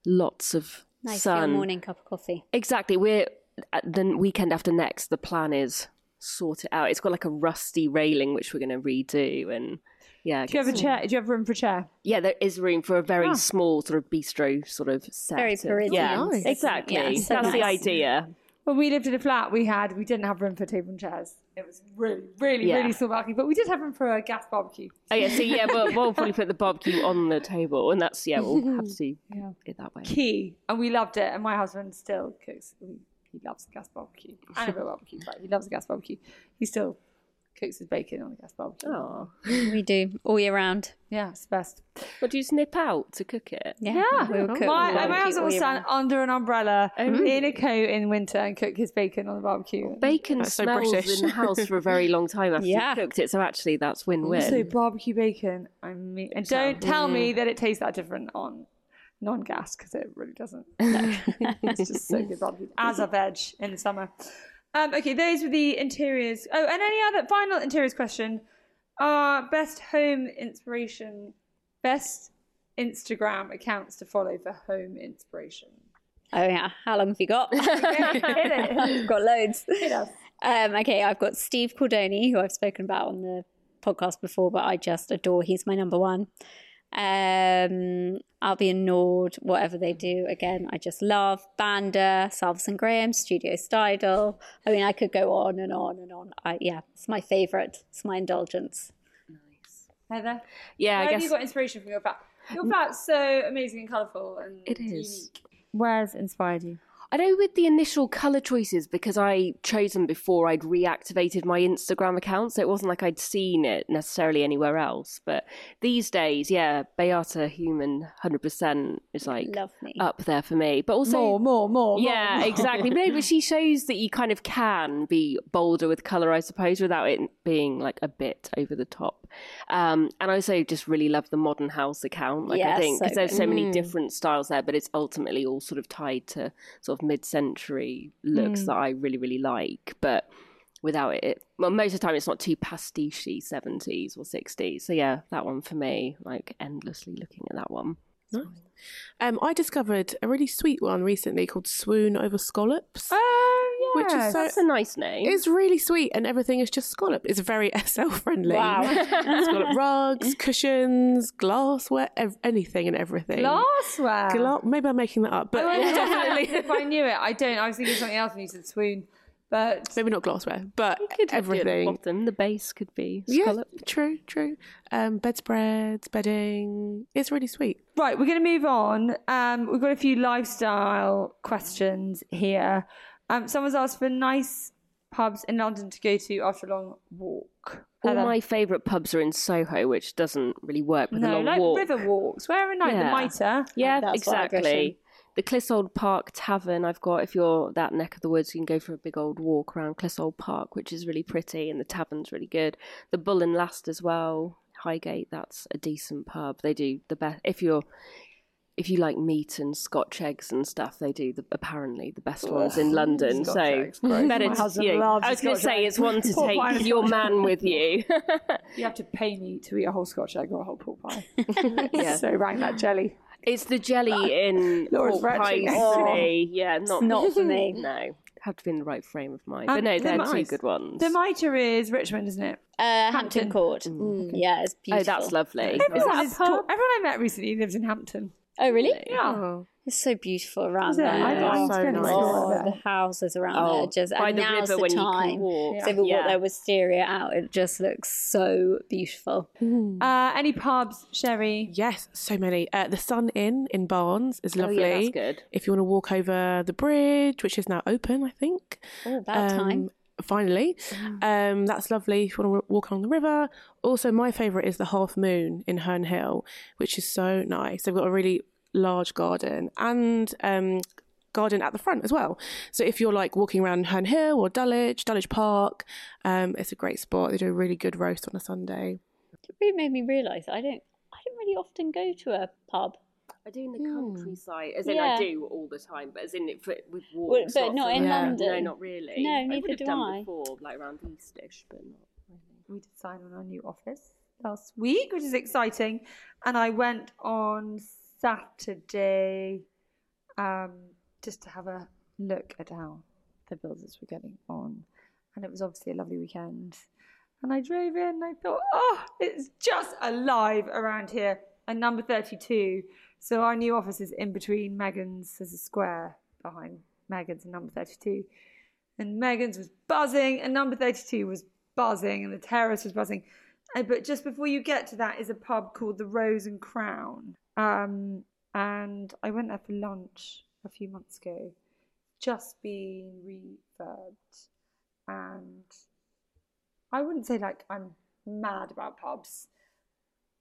Speaker 8: lots of
Speaker 5: Nice
Speaker 8: sun.
Speaker 5: your morning cup of coffee.
Speaker 8: Exactly. We're at the weekend after next. The plan is sort it out. It's got like a rusty railing which we're going to redo, and yeah,
Speaker 6: Do you have a chair? Do you have room for a chair?
Speaker 8: yeah, there is room for a very small sort of bistro sort of set.
Speaker 5: Very
Speaker 8: of-
Speaker 5: Parisian.
Speaker 8: Yeah,
Speaker 5: Nice.
Speaker 8: exactly.
Speaker 5: Yeah, so
Speaker 8: That's the
Speaker 5: nice.
Speaker 8: idea.
Speaker 6: When we lived in a flat, we had we didn't have room for table and chairs. It was really, really,
Speaker 8: Yeah.
Speaker 6: really sore barking, but we did have him for a gas barbecue.
Speaker 8: Oh yeah, so yeah, we'll, we'll probably put the barbecue on the table, and that's yeah, we'll have to do it that way.
Speaker 6: Key, and we loved it. And my husband still cooks. He loves gas barbecue and a real barbecue, but he loves a gas barbecue. He still cooks his bacon on a gas barbecue.
Speaker 8: Oh,
Speaker 5: We do all year round.
Speaker 6: Yeah, it's the best.
Speaker 8: but do you snip out to cook it?
Speaker 5: Yeah, we will cook.
Speaker 6: My,
Speaker 5: all
Speaker 6: and
Speaker 5: year- all
Speaker 6: my husband
Speaker 5: Oh,
Speaker 6: will
Speaker 5: year
Speaker 6: stand
Speaker 5: round.
Speaker 6: under an umbrella in a coat in winter and cook his bacon on the barbecue.
Speaker 8: Bacon
Speaker 7: That's so
Speaker 8: smells
Speaker 7: British.
Speaker 8: in the house for a very long time after
Speaker 5: Yeah.
Speaker 8: you've cooked it, so actually that's win-win.
Speaker 6: Also, barbecue bacon. I mean, and don't tell me that it tastes that different on non-gas because it really doesn't. it's just so good barbecue as a veg in the summer. Um, okay, those were the interiors. Oh, and any other final interiors question? Our best home inspiration, best Instagram accounts to follow for home inspiration.
Speaker 5: Oh yeah, how long have you got? got loads. Um, okay, I've got Steve Cordoni, who I've spoken about on the podcast before, but I just adore. He's my number one. Um, Albion Nord, whatever they do, again, I just love. Banda, Salveson Graham, Studio Steidel. I mean, I could go on and on and on. I, yeah, it's my favourite. It's my indulgence.
Speaker 6: Heather,
Speaker 8: yeah,
Speaker 6: where
Speaker 8: I
Speaker 6: have you
Speaker 8: guess
Speaker 6: got inspiration from your fat? Your fat's so amazing and colourful, and
Speaker 8: it is.
Speaker 3: Where's inspired you?
Speaker 8: I know with the initial color choices because I chose them before I'd reactivated my Instagram account, so it wasn't like I'd seen it necessarily anywhere else. But these days, yeah, Beata Human, hundred percent is like uh,
Speaker 5: Lovely.
Speaker 8: up there for me. But also
Speaker 6: more, more, more.
Speaker 8: yeah, exactly. But no, but she shows that you kind of can be bolder with color, I suppose, without it being like a bit over the top. Um, and I also just really love the modern house account. Like
Speaker 5: Yeah,
Speaker 8: I think
Speaker 5: so
Speaker 8: 'cause there's so many
Speaker 6: Mm.
Speaker 8: different styles there, but it's ultimately all sort of tied to sort of mid-century looks
Speaker 6: Mm.
Speaker 8: that I really really like. But without it, it well, most of the time it's not too pastiche seventies or sixties. So yeah, that one for me, like endlessly looking at that one.
Speaker 7: Um, I discovered a really sweet one recently called Swoon Over Scallops.
Speaker 6: Oh,
Speaker 7: Which is so-
Speaker 8: That's a nice name.
Speaker 7: It's really sweet, and everything is just scallop. It's very SL friendly. scallop rugs, cushions, glassware, ev- anything and everything.
Speaker 6: glassware.
Speaker 7: Gla- maybe I'm making that up, but definitely
Speaker 6: if I knew it, I don't. I was thinking of something else when you said swoon, but
Speaker 7: maybe not glassware, but
Speaker 8: At the
Speaker 7: everything.
Speaker 8: bottom, the base could be
Speaker 7: Yeah,
Speaker 8: scallop.
Speaker 7: true, true. Um, bedspreads, bedding. It's really sweet.
Speaker 6: right, we're going to move on. Um, we've got a few lifestyle questions here. Um, someone's asked for nice pubs in London to go to after a long walk.
Speaker 8: All
Speaker 6: Heather?
Speaker 8: my favourite pubs are in Soho, which doesn't really work with a
Speaker 6: no,
Speaker 8: long
Speaker 6: like
Speaker 8: walk.
Speaker 6: river walks. Where in like
Speaker 8: Yeah.
Speaker 6: the mitre?
Speaker 8: Yeah,
Speaker 5: That's what I've written.
Speaker 8: exactly. The Clissold Park Tavern I've got. If you're that neck of the woods, you can go for a big old walk around Clissold Park, which is really pretty, and the tavern's really good. The Bull and Last as well. Highgate, that's a decent pub. They do the best if you're if you like meat and Scotch eggs and stuff, they do the, apparently the best ones in London. so better. To, you know, I was going to say it's one to take your man with you.
Speaker 6: You have to pay me to eat a whole Scotch egg or a whole pork pie.
Speaker 8: Yeah.
Speaker 6: so rank that jelly.
Speaker 8: It's the jelly in
Speaker 6: Laura's
Speaker 8: pork pie.
Speaker 6: retching.
Speaker 8: for me. Yeah, not,
Speaker 5: Oh. not for me.
Speaker 8: No, have to be in the right frame of mind.
Speaker 6: Um,
Speaker 8: but no,
Speaker 6: they're
Speaker 8: they're two
Speaker 6: nice.
Speaker 8: good ones.
Speaker 6: The mitre is Richmond, isn't it?
Speaker 5: Uh, Hampton Court. Mm, Yeah, it's beautiful.
Speaker 8: oh, that's lovely.
Speaker 6: Everyone, is tall- everyone I met recently lives in Hampton.
Speaker 5: Oh, really?
Speaker 8: Ah.
Speaker 6: Yeah.
Speaker 5: It's so beautiful around
Speaker 6: Is it?
Speaker 5: there.
Speaker 6: I
Speaker 7: Yeah.
Speaker 6: I'm
Speaker 7: So
Speaker 6: going to
Speaker 7: nice.
Speaker 6: explore
Speaker 5: Oh,
Speaker 6: that.
Speaker 5: the houses around
Speaker 6: Oh,
Speaker 5: there just
Speaker 8: by
Speaker 5: and
Speaker 8: the
Speaker 5: now's
Speaker 8: river
Speaker 5: the
Speaker 8: when
Speaker 5: time.
Speaker 8: you can walk.
Speaker 5: So we'll walk
Speaker 8: Yeah.
Speaker 5: their wisteria out. It just looks so beautiful.
Speaker 8: Mm-hmm.
Speaker 6: Uh, any pubs, Sherry?
Speaker 7: Yes, so many. Uh, the Sun Inn in Barnes is
Speaker 8: Oh,
Speaker 7: lovely.
Speaker 8: yeah, that's good.
Speaker 7: If you want to walk over the bridge, which is now open, I think.
Speaker 5: Oh, about
Speaker 7: um,
Speaker 5: time.
Speaker 7: Finally, um, that's lovely. If you want to walk along the river, also my favourite is the Half Moon in Herne Hill, which is so nice. They've got a really large garden and um, garden at the front as well. So if you're like walking around Herne Hill or Dulwich, Dulwich Park, um, it's a great spot. They do a really good roast on a Sunday.
Speaker 5: It really made me realise I don't I don't really often go to a pub.
Speaker 8: I do in the countryside, as
Speaker 5: in
Speaker 8: in
Speaker 5: I Hmm. Yeah.
Speaker 8: I do all the time, but as in it with
Speaker 5: Well,
Speaker 8: walks.
Speaker 5: but lots not of- in
Speaker 7: Yeah.
Speaker 5: London.
Speaker 8: No, not really.
Speaker 5: No,
Speaker 8: I
Speaker 5: neither
Speaker 8: would have
Speaker 5: do
Speaker 8: done
Speaker 5: I.
Speaker 8: Before, like around Eastish, but not.
Speaker 6: We did sign on our new office last week, which is exciting. And I went on Saturday um, just to have a look at how the builders were getting on. And it was obviously a lovely weekend. And I drove in and I thought, oh, it's just alive around here. And number 32. So our new office is in between Megan's, there's a square behind Megan's and number 32. and Megan's was buzzing, and number 32 was buzzing, and the terrace was buzzing. Uh, but just before you get to that is a pub called the Rose and Crown. Um, and I went there for lunch a few months ago, just being refurbed. And I wouldn't say like I'm mad about pubs,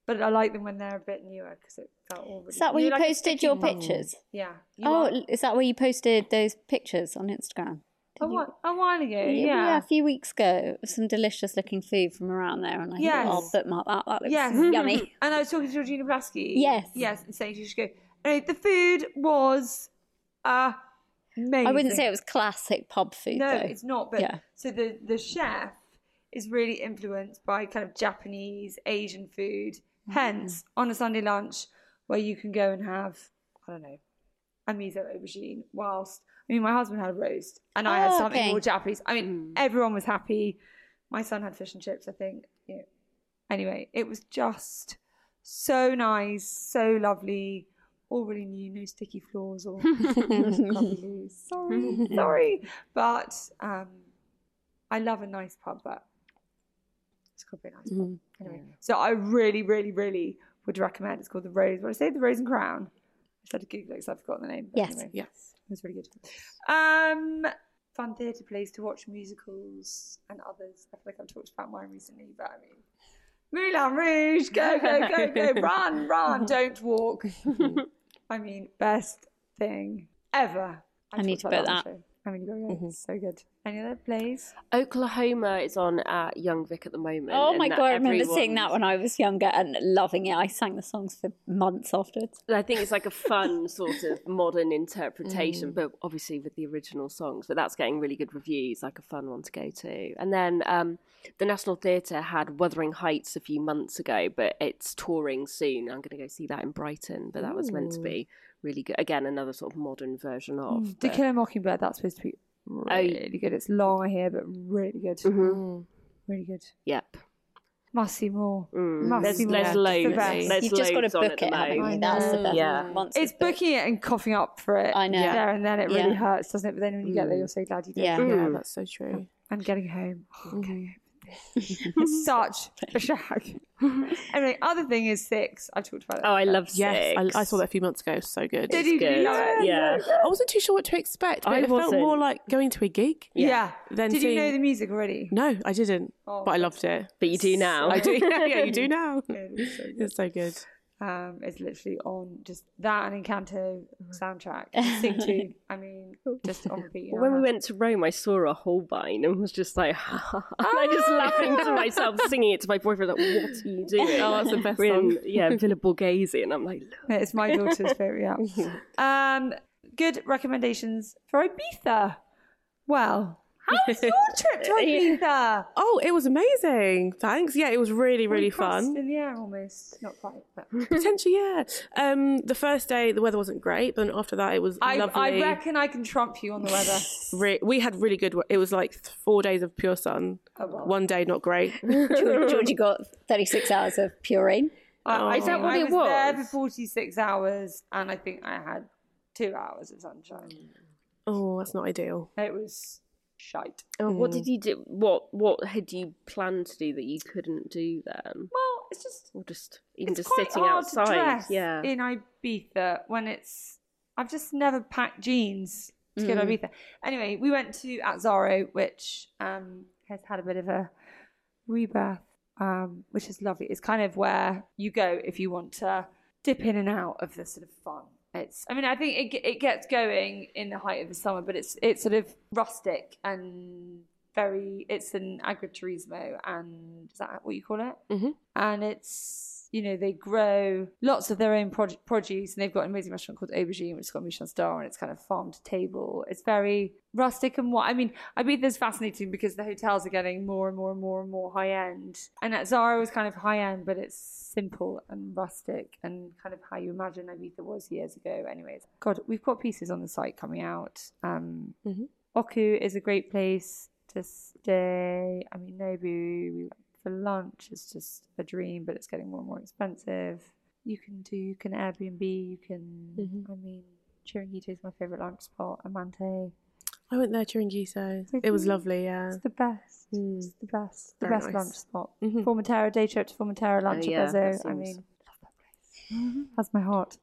Speaker 6: but I like them when they're a bit newer because it felt all really
Speaker 5: Is that where
Speaker 6: you
Speaker 5: you,
Speaker 6: like a
Speaker 5: posted
Speaker 6: sticky
Speaker 5: your
Speaker 6: novel.
Speaker 5: pictures?
Speaker 6: Yeah. you
Speaker 5: Oh,
Speaker 6: are-
Speaker 5: l- is that where you posted those pictures on Instagram?
Speaker 6: a,
Speaker 5: Did you-
Speaker 6: while, a while ago.
Speaker 5: yeah,
Speaker 6: Oh, Yeah.
Speaker 5: a few weeks ago, some delicious looking food from around there, and I
Speaker 6: Yes.
Speaker 5: thought, oh, I'll bookmark that. That looks
Speaker 6: Yes.
Speaker 5: yummy.
Speaker 6: And I was talking to Georgina Blasky.
Speaker 5: Yes.
Speaker 6: Yes, and saying she should go. Anyway, the food was amazing.
Speaker 5: I wouldn't say it was classic pub food
Speaker 6: No,
Speaker 5: though.
Speaker 6: it's not. But
Speaker 5: Yeah.
Speaker 6: so the the chef is really influenced by kind of Japanese, Asian food.
Speaker 5: Mm-hmm.
Speaker 6: Hence, on a Sunday lunch, where you can go and have I don't know a miso aubergine. Whilst I mean, my husband had a roast, and I had
Speaker 5: Oh,
Speaker 6: something
Speaker 5: okay. Mm.
Speaker 6: more Japanese. I mean, everyone was happy. My son had fish and chips. I think. You know. Anyway, it was just so nice, so lovely. All really new, no sticky floors or crappy loos. Sorry, sorry, but um, I love a nice pub, but it's got to be a nice pub. Anyway, so I really, really, really would recommend. It's called the Rose. What did I say? The Rose and Crown. I just had to Google it because I've forgotten the name. but
Speaker 5: Yes.
Speaker 6: anyway,
Speaker 7: Yes.
Speaker 6: it was really good. Um, fun theatre place to watch musicals and others. I feel like I've talked about mine recently, but I mean. Moulin Rouge, go, go, go, go, run, run, don't walk. I mean, best thing ever.
Speaker 5: I need
Speaker 6: talked
Speaker 5: to
Speaker 6: about
Speaker 5: put
Speaker 6: on the show. I mean, go,
Speaker 8: Mm-hmm.
Speaker 6: go. It's so good. Any other plays?
Speaker 8: Oklahoma is on at Young Vic at the moment.
Speaker 5: Oh
Speaker 8: and
Speaker 5: my
Speaker 8: that
Speaker 5: god, I remember seeing
Speaker 8: everyone's-
Speaker 5: that when I was younger and loving it. I sang the songs for months afterwards.
Speaker 8: I think it's like a fun sort of modern interpretation,
Speaker 6: Mm.
Speaker 8: but obviously with the original songs. But that's getting really good reviews, like a fun one to go to. And then um, the National Theatre had Wuthering Heights a few months ago, but it's touring soon. I'm going to go see that in Brighton, but that was meant to be really good. Again, another sort of modern version of.
Speaker 6: To
Speaker 8: but-
Speaker 6: Kill a Mm, Mockingbird, that's supposed to be
Speaker 8: Oh.
Speaker 6: really good. It's long, I hear, but really good.
Speaker 8: Mhm.
Speaker 6: Really good.
Speaker 8: Yep.
Speaker 6: Must see more.
Speaker 8: Mm.
Speaker 6: Must
Speaker 8: There's,
Speaker 6: see more.
Speaker 8: there's
Speaker 6: It's the
Speaker 8: loads.
Speaker 6: best.
Speaker 8: There's
Speaker 5: You've just got to
Speaker 8: loads on
Speaker 5: book
Speaker 8: at the
Speaker 5: it, haven't you?
Speaker 8: moment.
Speaker 5: That's the
Speaker 6: know.
Speaker 5: best.
Speaker 8: Yeah.
Speaker 5: Once
Speaker 6: It's
Speaker 5: you've booked-
Speaker 6: booking it and coughing up for it.
Speaker 5: I know.
Speaker 6: There and then it really
Speaker 5: Yeah.
Speaker 6: hurts, doesn't it? But then when you get there, you're so glad you did.
Speaker 5: Yeah.
Speaker 7: Yeah,
Speaker 8: Mm.
Speaker 7: that's so true. Mm.
Speaker 6: And getting home. It's such a shag. anyway, other thing is six. I talked about it.
Speaker 8: Oh, I love
Speaker 7: Yes, I,
Speaker 8: Six.
Speaker 7: I saw that a few months ago. So good.
Speaker 6: Did you
Speaker 8: good.
Speaker 6: love it?
Speaker 8: Yeah.
Speaker 7: I wasn't too sure what to expect, but
Speaker 8: I
Speaker 7: it felt
Speaker 8: wasn't.
Speaker 7: more like going to a gig.
Speaker 6: Yeah.
Speaker 7: Then
Speaker 6: did you know
Speaker 7: seeing-
Speaker 6: the music already?
Speaker 7: No, I didn't,
Speaker 6: Oh,
Speaker 7: but I loved it.
Speaker 8: But you do now.
Speaker 7: I do. yeah, you do now.
Speaker 6: It is so good.
Speaker 7: It's so good.
Speaker 6: Um, it's literally on just that and Encanto soundtrack. to Sing to. I mean, just on repeat. you know,
Speaker 8: When we
Speaker 6: how-
Speaker 8: went to Rome, I saw a Holbein and was just like, ha, ha, ha. and I just
Speaker 7: Ah.
Speaker 8: laughing to myself, singing it to my boyfriend, like, "What are you doing?"
Speaker 7: Oh, that's the best
Speaker 8: We're in,
Speaker 7: song.
Speaker 8: yeah, Villa Borghese, and I'm like, "Look."
Speaker 6: It's my daughter's favorite. Yeah. Um, good recommendations for Ibiza. Well, how was your trip to Ibiza?
Speaker 7: Oh, it was amazing. Thanks. Yeah, it was really, really
Speaker 6: We crossed
Speaker 7: fun.
Speaker 6: In the air, almost. Not quite. But
Speaker 7: Potentially, yeah. Um, the first day the weather wasn't great, but then after that it was
Speaker 6: I,
Speaker 7: lovely.
Speaker 6: I reckon I can trump you on the weather.
Speaker 7: Re- we had really good. we- It was like th- four days of pure sun.
Speaker 6: Oh,
Speaker 7: One day not great.
Speaker 5: George- Georgie got 36 hours of pure rain.
Speaker 6: I, I think
Speaker 8: what
Speaker 6: I
Speaker 8: it
Speaker 6: was there for
Speaker 8: was.
Speaker 6: 46 hours, and I think I had two hours of sunshine.
Speaker 7: oh, that's not ideal. Hmm.
Speaker 6: It was shite.
Speaker 8: Oh, "What
Speaker 7: Mm.
Speaker 8: did you do? What what had you planned to do that you couldn't do then?"
Speaker 6: Well, it's just
Speaker 8: Or just even
Speaker 6: it's
Speaker 8: just sitting
Speaker 6: quite hard
Speaker 8: outside,
Speaker 6: to dress
Speaker 8: yeah.
Speaker 6: in Ibiza when it's I've just never packed jeans to go to
Speaker 8: Mm.
Speaker 6: Ibiza. Anyway, we went to at Zaro, which um, has had a bit of a rebirth, um, which is lovely. It's kind of where you go if you want to dip in and out of the sort of fun. It's I mean I think it ge- it gets going in the height of the summer, but it's it's sort of rustic and very it's an agriturismo and is that what you call it? and it's you know they grow lots of their own prod- produce and they've got an amazing restaurant called aubergine which has got a michelin star and it's kind of farm to table it's very rustic and what i mean i mean this is fascinating because the hotels are getting more and more and more and more high end and at zara was kind of high end but it's simple and rustic and kind of how you imagine ibiza was years ago anyways god we've got pieces on the site coming out um Oku is a great place to stay. I mean, Nobu we went for lunch is just a dream, but it's getting more and more expensive. You can do, you can
Speaker 8: Mm-hmm.
Speaker 6: Airbnb, you can. I mean, Chiringuito is my favorite lunch spot. Amante.
Speaker 7: I went there during Giso. It was lovely, yeah.
Speaker 6: It's the best.
Speaker 8: Mm.
Speaker 6: It's the best. The
Speaker 7: Very
Speaker 6: best
Speaker 7: nice.
Speaker 6: lunch spot. Formentera day trip to Formentera lunch
Speaker 8: Mm-hmm. Uh, yeah,
Speaker 6: at
Speaker 8: that
Speaker 6: Bezzo. I
Speaker 8: seems- Mm-hmm.
Speaker 6: mean, that's my heart.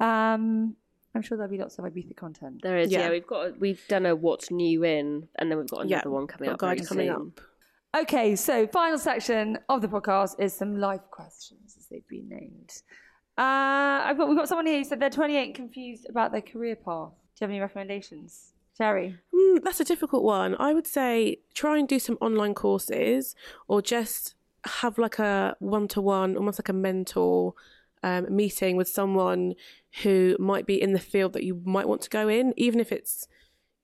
Speaker 6: Um, I'm sure there'll be lots of Ibiza content.
Speaker 8: There is, yeah.
Speaker 7: Yeah.
Speaker 8: we've got we've done a what's new in, and then we've got another
Speaker 7: yeah.
Speaker 8: one coming
Speaker 7: Got
Speaker 8: up.
Speaker 7: a
Speaker 8: very
Speaker 7: guide coming
Speaker 8: soon.
Speaker 7: up.
Speaker 6: Okay, so final section of the podcast is some life questions, as they've been named. Uh, I've got we've got someone here who said they're 28 and confused about their career path. Do you have any recommendations, Jerry?
Speaker 7: Mm, that's a difficult one. I would say try and do some online courses or just have like a one to one, almost like a mentor um, meeting with someone who might be in the field that you might want to go in, even if it's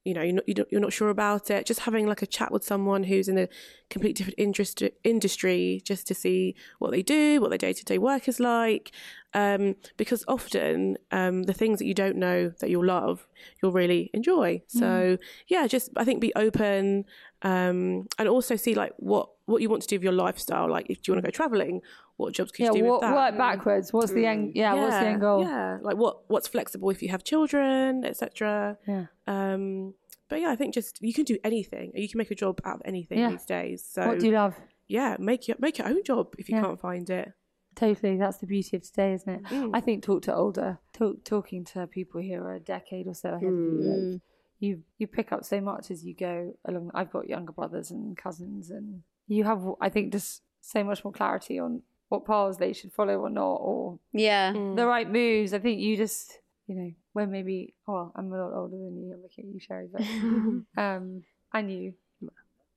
Speaker 7: you know you're not, you don't, you're not sure about it just having like a chat with someone who's in a complete different interest, industry just to see what they do what their day-to-day work is like um, because often um, the things that you don't know that you'll love you'll really enjoy so yeah just i think be open um, and also see like what what you want to do with your lifestyle like if do you want to go traveling what jobs could
Speaker 6: Yeah,
Speaker 7: you do
Speaker 6: wo-
Speaker 7: with that
Speaker 6: work backwards. What's the end? Yeah, what's the end goal?
Speaker 7: yeah like what what's flexible if you have children etc
Speaker 6: Yeah.
Speaker 7: um, but yeah, I think just you can do anything. You can make a job out of anything
Speaker 6: Yeah.
Speaker 7: these days. So
Speaker 6: What do you love?
Speaker 7: yeah, make your make your own job if you
Speaker 6: Yeah.
Speaker 7: can't find it.
Speaker 6: Totally, that's the beauty of today, isn't it? I think talk to older, talk, talking to people who are a decade or so ahead of you, like, you you pick up so much as you go along. I've got younger brothers and cousins, and you have, I think, just so much more clarity on what paths they should follow or not, or
Speaker 5: Yeah.
Speaker 8: Hmm.
Speaker 6: the right moves. I think you just, you know, when maybe, oh, I'm a lot older than you. I'm looking at you, Sherry,
Speaker 7: Mm.
Speaker 6: but um, and you,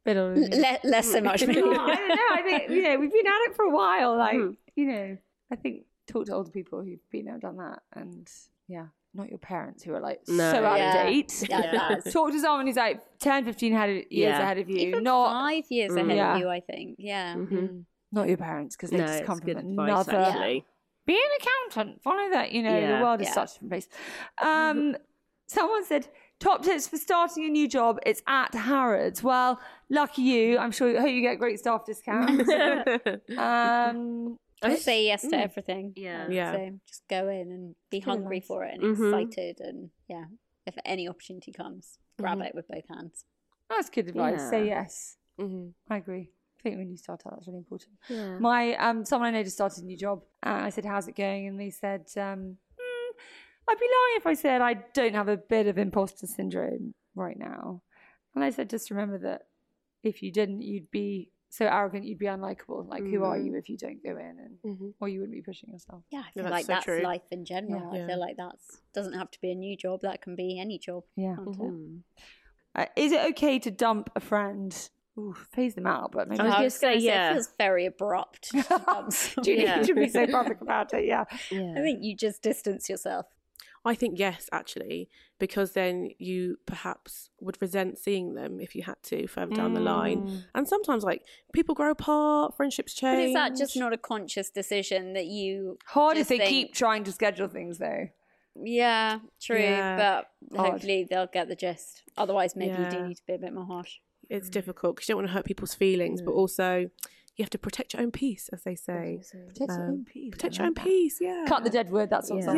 Speaker 6: bit older than you.
Speaker 5: Le- less so much.
Speaker 6: Oh, I don't know. I think you know we've been at it for a while. Like
Speaker 8: Hmm.
Speaker 6: you know, I think talk to older people who've been there, done that, and yeah, not your parents who are like
Speaker 8: No.
Speaker 6: so out
Speaker 5: Yeah.
Speaker 6: of date.
Speaker 5: Yeah.
Speaker 6: talk to someone who's like 10, 15 ahead of, years
Speaker 8: Yeah.
Speaker 6: ahead of you,
Speaker 5: Even
Speaker 6: not Mm.
Speaker 5: five years ahead
Speaker 6: Yeah.
Speaker 5: of you, I think. Yeah.
Speaker 8: Mm.
Speaker 7: Mm-hmm.
Speaker 6: not your parents because they
Speaker 8: Hmm. No,
Speaker 6: just
Speaker 8: it's
Speaker 6: come
Speaker 8: good
Speaker 6: from
Speaker 8: advice
Speaker 6: another.
Speaker 8: actually.
Speaker 6: Be an accountant. Follow that. You know,
Speaker 8: Yeah.
Speaker 6: the world is
Speaker 5: Yeah.
Speaker 6: such a different place. Um, someone said. Top tips for starting a new job. It's at Harrods. Well, lucky you. I'm sure. Hope you get great staff discounts. um,
Speaker 5: I would say yes to everything.
Speaker 8: Yeah.
Speaker 5: I would
Speaker 7: Yeah.
Speaker 5: say. just go in and be hungry
Speaker 6: nice.
Speaker 5: for it and
Speaker 8: Mhm.
Speaker 5: excited. And yeah, if any opportunity comes, grab
Speaker 6: Mm-hmm.
Speaker 5: it with both hands.
Speaker 6: That's good advice. Say yes.
Speaker 7: Mm-hmm.
Speaker 6: I agree. I think when you start out, that's really important. My um, someone I know just started a new job, and I said, "How's it going?" And they said, um, "Hmm, "I'd be lying if I said I don't have a bit of imposter syndrome right now." And I said, "Just remember that if you didn't, you'd be so arrogant, you'd be unlikable. Like, who are you if you don't go in, and or you wouldn't be pushing yourself."
Speaker 5: Yeah, I feel
Speaker 7: that's
Speaker 5: like
Speaker 7: so
Speaker 5: that's
Speaker 7: true.
Speaker 5: life in general.
Speaker 7: Yeah.
Speaker 5: I feel like that's doesn't have to be a new job. That can be any job.
Speaker 6: Yeah.
Speaker 7: Mm-hmm.
Speaker 5: can't it?
Speaker 8: Mm-hmm. Mm.
Speaker 6: Uh, is it okay to dump a friend? Ooh, phase them out, but maybe
Speaker 8: I was
Speaker 5: I
Speaker 8: gonna
Speaker 5: was
Speaker 8: say,
Speaker 5: gonna say,
Speaker 8: yeah.
Speaker 5: it feels very abrupt. Um,
Speaker 6: do you
Speaker 8: Yeah.
Speaker 6: need to be so public about it? Yeah.
Speaker 5: I think you just distance yourself.
Speaker 7: I think yes, actually, because then you perhaps would resent seeing them if you had to further down the
Speaker 6: Mm.
Speaker 7: line. And sometimes, like people grow apart, friendships change.
Speaker 5: But is that just not a conscious decision that you
Speaker 6: Hard if
Speaker 5: just
Speaker 6: they
Speaker 5: think,
Speaker 6: keep trying to schedule things, though.
Speaker 5: Yeah, true.
Speaker 7: Yeah,
Speaker 5: But
Speaker 6: hard.
Speaker 5: hopefully they'll get the gist. Otherwise, maybe you do
Speaker 7: Yeah.
Speaker 5: need to be a bit more harsh.
Speaker 6: Mm.
Speaker 7: It's difficult because you don't want to hurt people's feelings, but also you have to protect your own peace, as they say. Um,
Speaker 6: Protect your own peace.
Speaker 7: Protect your own peace. Yeah.
Speaker 6: Cut the dead wood. That's what yeah.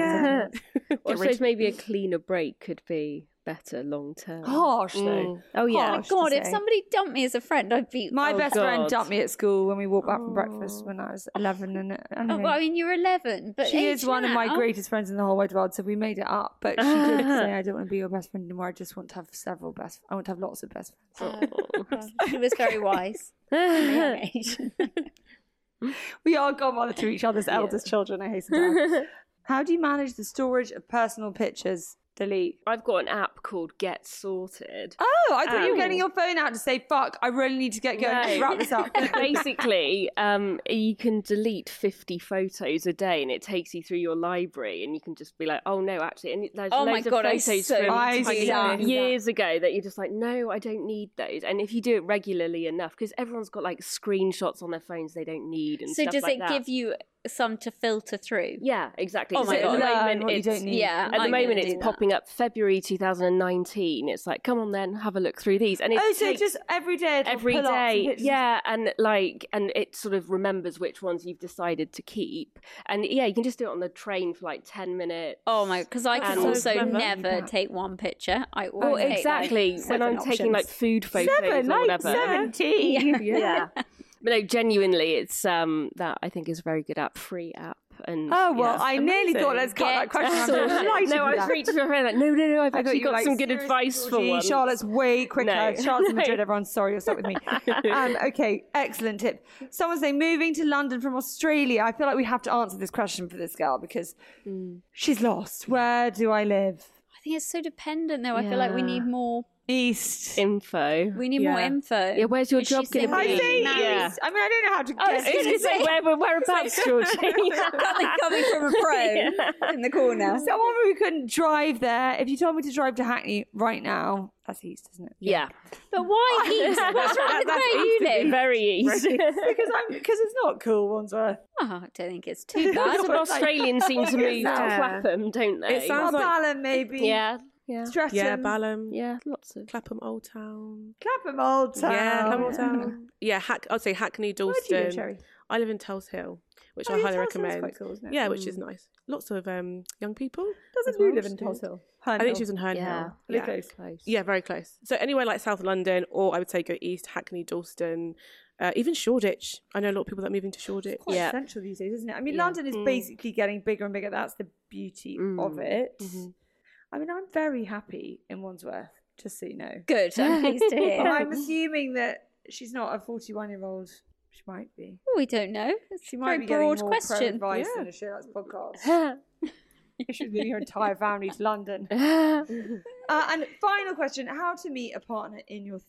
Speaker 7: Yeah.
Speaker 8: Well, I suppose maybe a cleaner break could be better long term.
Speaker 6: Harsh though.
Speaker 8: Oh yeah,
Speaker 6: Harsh to
Speaker 5: God, if
Speaker 6: say.
Speaker 5: somebody dumped me as a friend, I'd be.
Speaker 6: My
Speaker 5: Mm. oh,
Speaker 6: best
Speaker 5: God.
Speaker 6: friend dumped me at school when we walked back from breakfast when I was eleven, and
Speaker 5: Oh,
Speaker 6: anyway,
Speaker 5: well, I mean, you're 11, but
Speaker 6: she is
Speaker 5: age
Speaker 6: one of my
Speaker 5: now-
Speaker 6: greatest friends in the whole wide world. So we made it up, but she did say, "I don't want to be your best friend anymore. I just want to have several best. I want to have lots of best friends."
Speaker 5: Well, She was very wise. for her age.
Speaker 6: We are godmother to each other's eldest children. I hasten to add. How do you manage the storage of personal pictures? Delete.
Speaker 8: I've got an app called Get Sorted.
Speaker 6: Oh, I thought you were
Speaker 8: Oh.
Speaker 6: getting your phone out to say, "Fuck, I really need to get
Speaker 8: No.
Speaker 6: going. Wrap this up."
Speaker 8: Basically, um, you can delete 50 photos a day and it takes you through your library and you can just be like, oh no, actually, and there's
Speaker 5: Oh my
Speaker 8: loads
Speaker 5: God, I
Speaker 8: of photos
Speaker 5: so
Speaker 8: from
Speaker 6: I
Speaker 8: like,
Speaker 6: see that.
Speaker 8: years ago that you're just like, no, I don't need those. And if you do it regularly enough, because everyone's got like screenshots on their phones they don't need and
Speaker 5: so
Speaker 8: stuff
Speaker 5: does
Speaker 8: like
Speaker 5: it
Speaker 8: that.
Speaker 5: give you some to filter through.
Speaker 8: Yeah, exactly.
Speaker 5: Oh my
Speaker 8: at
Speaker 5: God.
Speaker 8: the
Speaker 6: Learn
Speaker 8: moment,
Speaker 6: what you
Speaker 8: it's,
Speaker 6: don't need.
Speaker 5: Yeah,
Speaker 8: at the
Speaker 5: I'm gonna
Speaker 8: moment
Speaker 5: do
Speaker 8: it's
Speaker 5: that.
Speaker 8: popping up February 2019. It's like, come on then, have a look through these. And it
Speaker 6: Oh, so
Speaker 8: takes
Speaker 6: just every day. it'll
Speaker 8: every
Speaker 6: pull up some
Speaker 8: day,
Speaker 6: pictures.
Speaker 8: yeah, and like, and it sort of remembers which ones you've decided to keep. And yeah, you can just do it on the train for like 10 minutes.
Speaker 5: Oh my! Because I can
Speaker 8: so
Speaker 5: also
Speaker 6: clever.
Speaker 5: never take one picture. I
Speaker 8: Well,
Speaker 5: always take, like,
Speaker 8: Oh, exactly. when
Speaker 5: seven
Speaker 8: I'm taking like
Speaker 5: options.
Speaker 8: food photos
Speaker 6: Seven,
Speaker 8: or
Speaker 6: like
Speaker 8: whatever.
Speaker 6: seventeen.
Speaker 8: yeah. But no, genuinely, it's um that I think is a very good app, free app. And
Speaker 6: Oh well,
Speaker 8: yeah.
Speaker 6: I nearly
Speaker 7: Amazing.
Speaker 6: thought let's cut that
Speaker 5: Get
Speaker 6: question. I'm
Speaker 8: Sorted.
Speaker 6: delighted
Speaker 8: no, I
Speaker 6: with
Speaker 8: was
Speaker 6: that.
Speaker 8: reaching for a friend like, no, no, no. I've
Speaker 6: I thought
Speaker 8: actually
Speaker 6: you
Speaker 8: got
Speaker 6: were like,
Speaker 8: some good
Speaker 6: "Seriously,
Speaker 8: advice for
Speaker 6: Georgie,
Speaker 8: one.
Speaker 6: Charlotte's way quicker.
Speaker 8: No.
Speaker 6: Charlotte's in
Speaker 8: No.
Speaker 6: Madrid. Everyone's sorry, you're stuck with me. um, okay, excellent tip. Someone's saying moving to London from Australia. I feel like we have to answer this question for this girl because
Speaker 8: Mm.
Speaker 6: she's lost. Where do I live?
Speaker 5: I think it's so dependent, though. I feel like we
Speaker 8: Yeah.
Speaker 5: need more.
Speaker 6: East.
Speaker 8: Info.
Speaker 5: We need more
Speaker 7: Yeah.
Speaker 5: info.
Speaker 8: Yeah, where's your
Speaker 5: Is
Speaker 8: job
Speaker 5: she
Speaker 8: gonna
Speaker 5: single?
Speaker 8: be?
Speaker 6: I say
Speaker 8: Yeah. Oh,
Speaker 6: East. I mean, I don't know how to
Speaker 8: I was
Speaker 6: get.
Speaker 8: going to say, where, where- whereabouts, Georgie?
Speaker 1: Something coming from a pro in the corner.
Speaker 6: Someone who couldn't drive there. If you told me to drive to Hackney right now, that's East, isn't it?
Speaker 8: yeah.
Speaker 5: But why East? What's wrong
Speaker 8: That's
Speaker 5: with where you
Speaker 8: east to be
Speaker 5: live?
Speaker 8: Very east.
Speaker 6: because I'm because it's not cool, Wandsworth.
Speaker 5: Oh, I don't think it's too bad.
Speaker 8: Lots of Australians seem to move to
Speaker 7: Yeah.
Speaker 8: Clapham, don't they?
Speaker 7: It sounds
Speaker 6: Or
Speaker 7: like
Speaker 6: Balham, maybe.
Speaker 8: yeah. Yeah.
Speaker 6: Streatham.
Speaker 7: yeah, Balham,
Speaker 8: Yeah, lots of.
Speaker 7: Clapham Old Town.
Speaker 6: Clapham Old Town.
Speaker 7: Yeah, Clapham Old Town. Yeah, Hack, I'd say Hackney,
Speaker 6: Where do you live,
Speaker 7: Dalston.
Speaker 6: Cherry?
Speaker 7: I live in Tells Hill, which
Speaker 6: Oh,
Speaker 7: I
Speaker 6: yeah,
Speaker 7: highly
Speaker 6: Tulse Hill's
Speaker 7: recommend.
Speaker 6: quite cool, isn't it? Mm.
Speaker 7: Yeah, which is nice. Lots of um, young people.
Speaker 6: Doesn't
Speaker 7: as
Speaker 6: you
Speaker 7: well,
Speaker 6: live in
Speaker 7: which
Speaker 6: Tulse
Speaker 7: is-
Speaker 6: Hill?
Speaker 7: I think she was in Herne
Speaker 8: Yeah.
Speaker 7: Hill.
Speaker 6: Really close.
Speaker 7: Yeah, very close. So anywhere like South London, or I would say go east, Hackney, Dalston, uh, even Shoreditch. I know a lot of people that are moving to Shoreditch.
Speaker 6: Quite
Speaker 8: Yeah.
Speaker 6: central these days, isn't it? I mean, London
Speaker 7: Mm.
Speaker 6: is basically getting bigger and bigger. That's the beauty of it.
Speaker 7: Mm-hmm.
Speaker 6: I mean, I'm very happy in Wandsworth, just so you know.
Speaker 5: Good. I'm pleased to
Speaker 6: But
Speaker 5: hear.
Speaker 6: I'm assuming that she's not a 41 year old. She might be.
Speaker 5: we don't know. It's
Speaker 6: She
Speaker 5: a
Speaker 6: might
Speaker 5: very
Speaker 6: be getting
Speaker 5: broad
Speaker 6: more
Speaker 5: question.
Speaker 6: Pro advice than a show that's podcast. you should move your entire family to London. Uh, and final question: How to meet a partner in your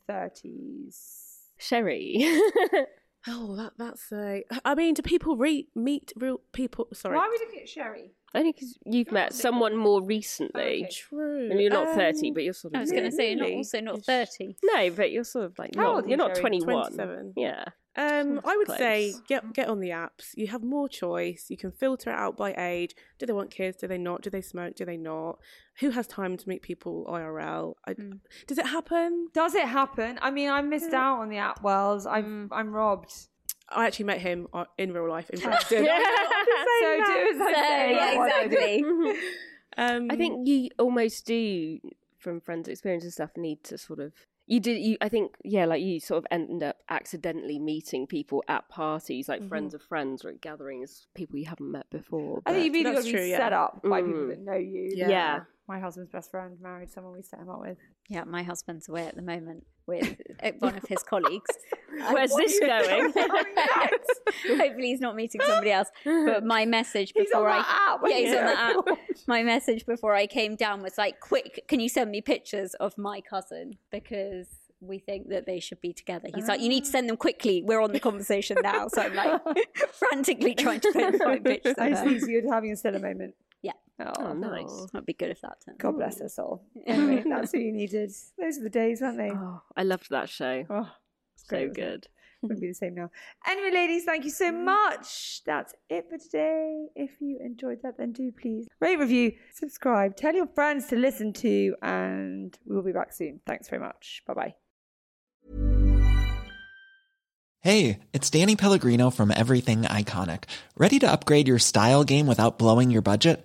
Speaker 6: 30s?
Speaker 8: Sherry.
Speaker 7: Oh, that, that's a. I mean, do people re- meet real people? Sorry.
Speaker 6: Why are we looking at Sherry?
Speaker 8: Only because you've met someone more recently.
Speaker 7: True.
Speaker 8: And you're not 30,
Speaker 7: Um,
Speaker 8: but you're sort of.
Speaker 5: I was going to say, you're not
Speaker 7: Really?
Speaker 5: also not 30.
Speaker 8: No, but you're sort of like
Speaker 6: How old
Speaker 8: not,
Speaker 6: are
Speaker 8: you're
Speaker 6: you,
Speaker 8: not
Speaker 6: Sherry?
Speaker 8: 21.
Speaker 7: 27.
Speaker 8: Yeah.
Speaker 7: Um, I would
Speaker 8: close.
Speaker 7: say get get on the apps. You have more choice. You can filter it out by age. Do they want kids? Do they not? Do they smoke? Do they not? Who has time to meet people IRL? I, Does it happen?
Speaker 6: Does it happen? I mean, I missed out on the app worlds. I'm I'm robbed.
Speaker 7: I actually met him uh, in real life in Preston.
Speaker 6: So do as I say.
Speaker 5: yeah, exactly.
Speaker 7: um,
Speaker 8: I think you almost do, from friends' experience and stuff, need to sort of. You did. You, I think, yeah, like you sort of end up accidentally meeting people at parties, like friends of friends or at gatherings, people you haven't met before.
Speaker 6: Mm-hmm. I think you've
Speaker 8: but-
Speaker 6: either got
Speaker 7: That's
Speaker 6: to be
Speaker 7: true, yeah.
Speaker 6: set up by people
Speaker 8: Mm.
Speaker 6: that know you.
Speaker 7: Yeah.
Speaker 8: yeah.
Speaker 6: My husband's best friend married someone we set him up with.
Speaker 5: Yeah, my husband's away at the moment with uh, one of his colleagues.
Speaker 8: Where's this going?
Speaker 5: Hopefully, he's not meeting somebody else. But my message
Speaker 6: He's on
Speaker 5: before I
Speaker 6: that app,
Speaker 5: yeah, he's on
Speaker 6: isn't
Speaker 5: that
Speaker 6: he?
Speaker 5: app. My message before I came down was like, "Quick, can you send me pictures of my cousin because we think that they should be together?" He's like, "You
Speaker 6: Ah.
Speaker 5: need to send them quickly. We're on the conversation now." So I'm like frantically trying to find- find pictures.
Speaker 6: I
Speaker 5: Of
Speaker 6: just
Speaker 5: her.
Speaker 6: think you're having a stellar moment.
Speaker 5: Yeah.
Speaker 6: Oh,
Speaker 8: Oh, nice.
Speaker 5: That'd be good if that turned.
Speaker 6: God bless her soul. Anyway, that's what you needed. Those are the days, weren't they?
Speaker 8: Oh, I loved that show.
Speaker 6: Oh, it's
Speaker 8: so
Speaker 6: wasn't it?
Speaker 8: good.
Speaker 6: Wouldn't be the same now. Anyway, ladies, thank you so much. That's it for today. If you enjoyed that, then do please rate, review, subscribe, tell your friends to listen to, and we'll be back soon. Thanks very much. Bye bye.
Speaker 2: Hey, it's Danny Pellegrino from Everything Iconic. Ready to upgrade your style game without blowing your budget?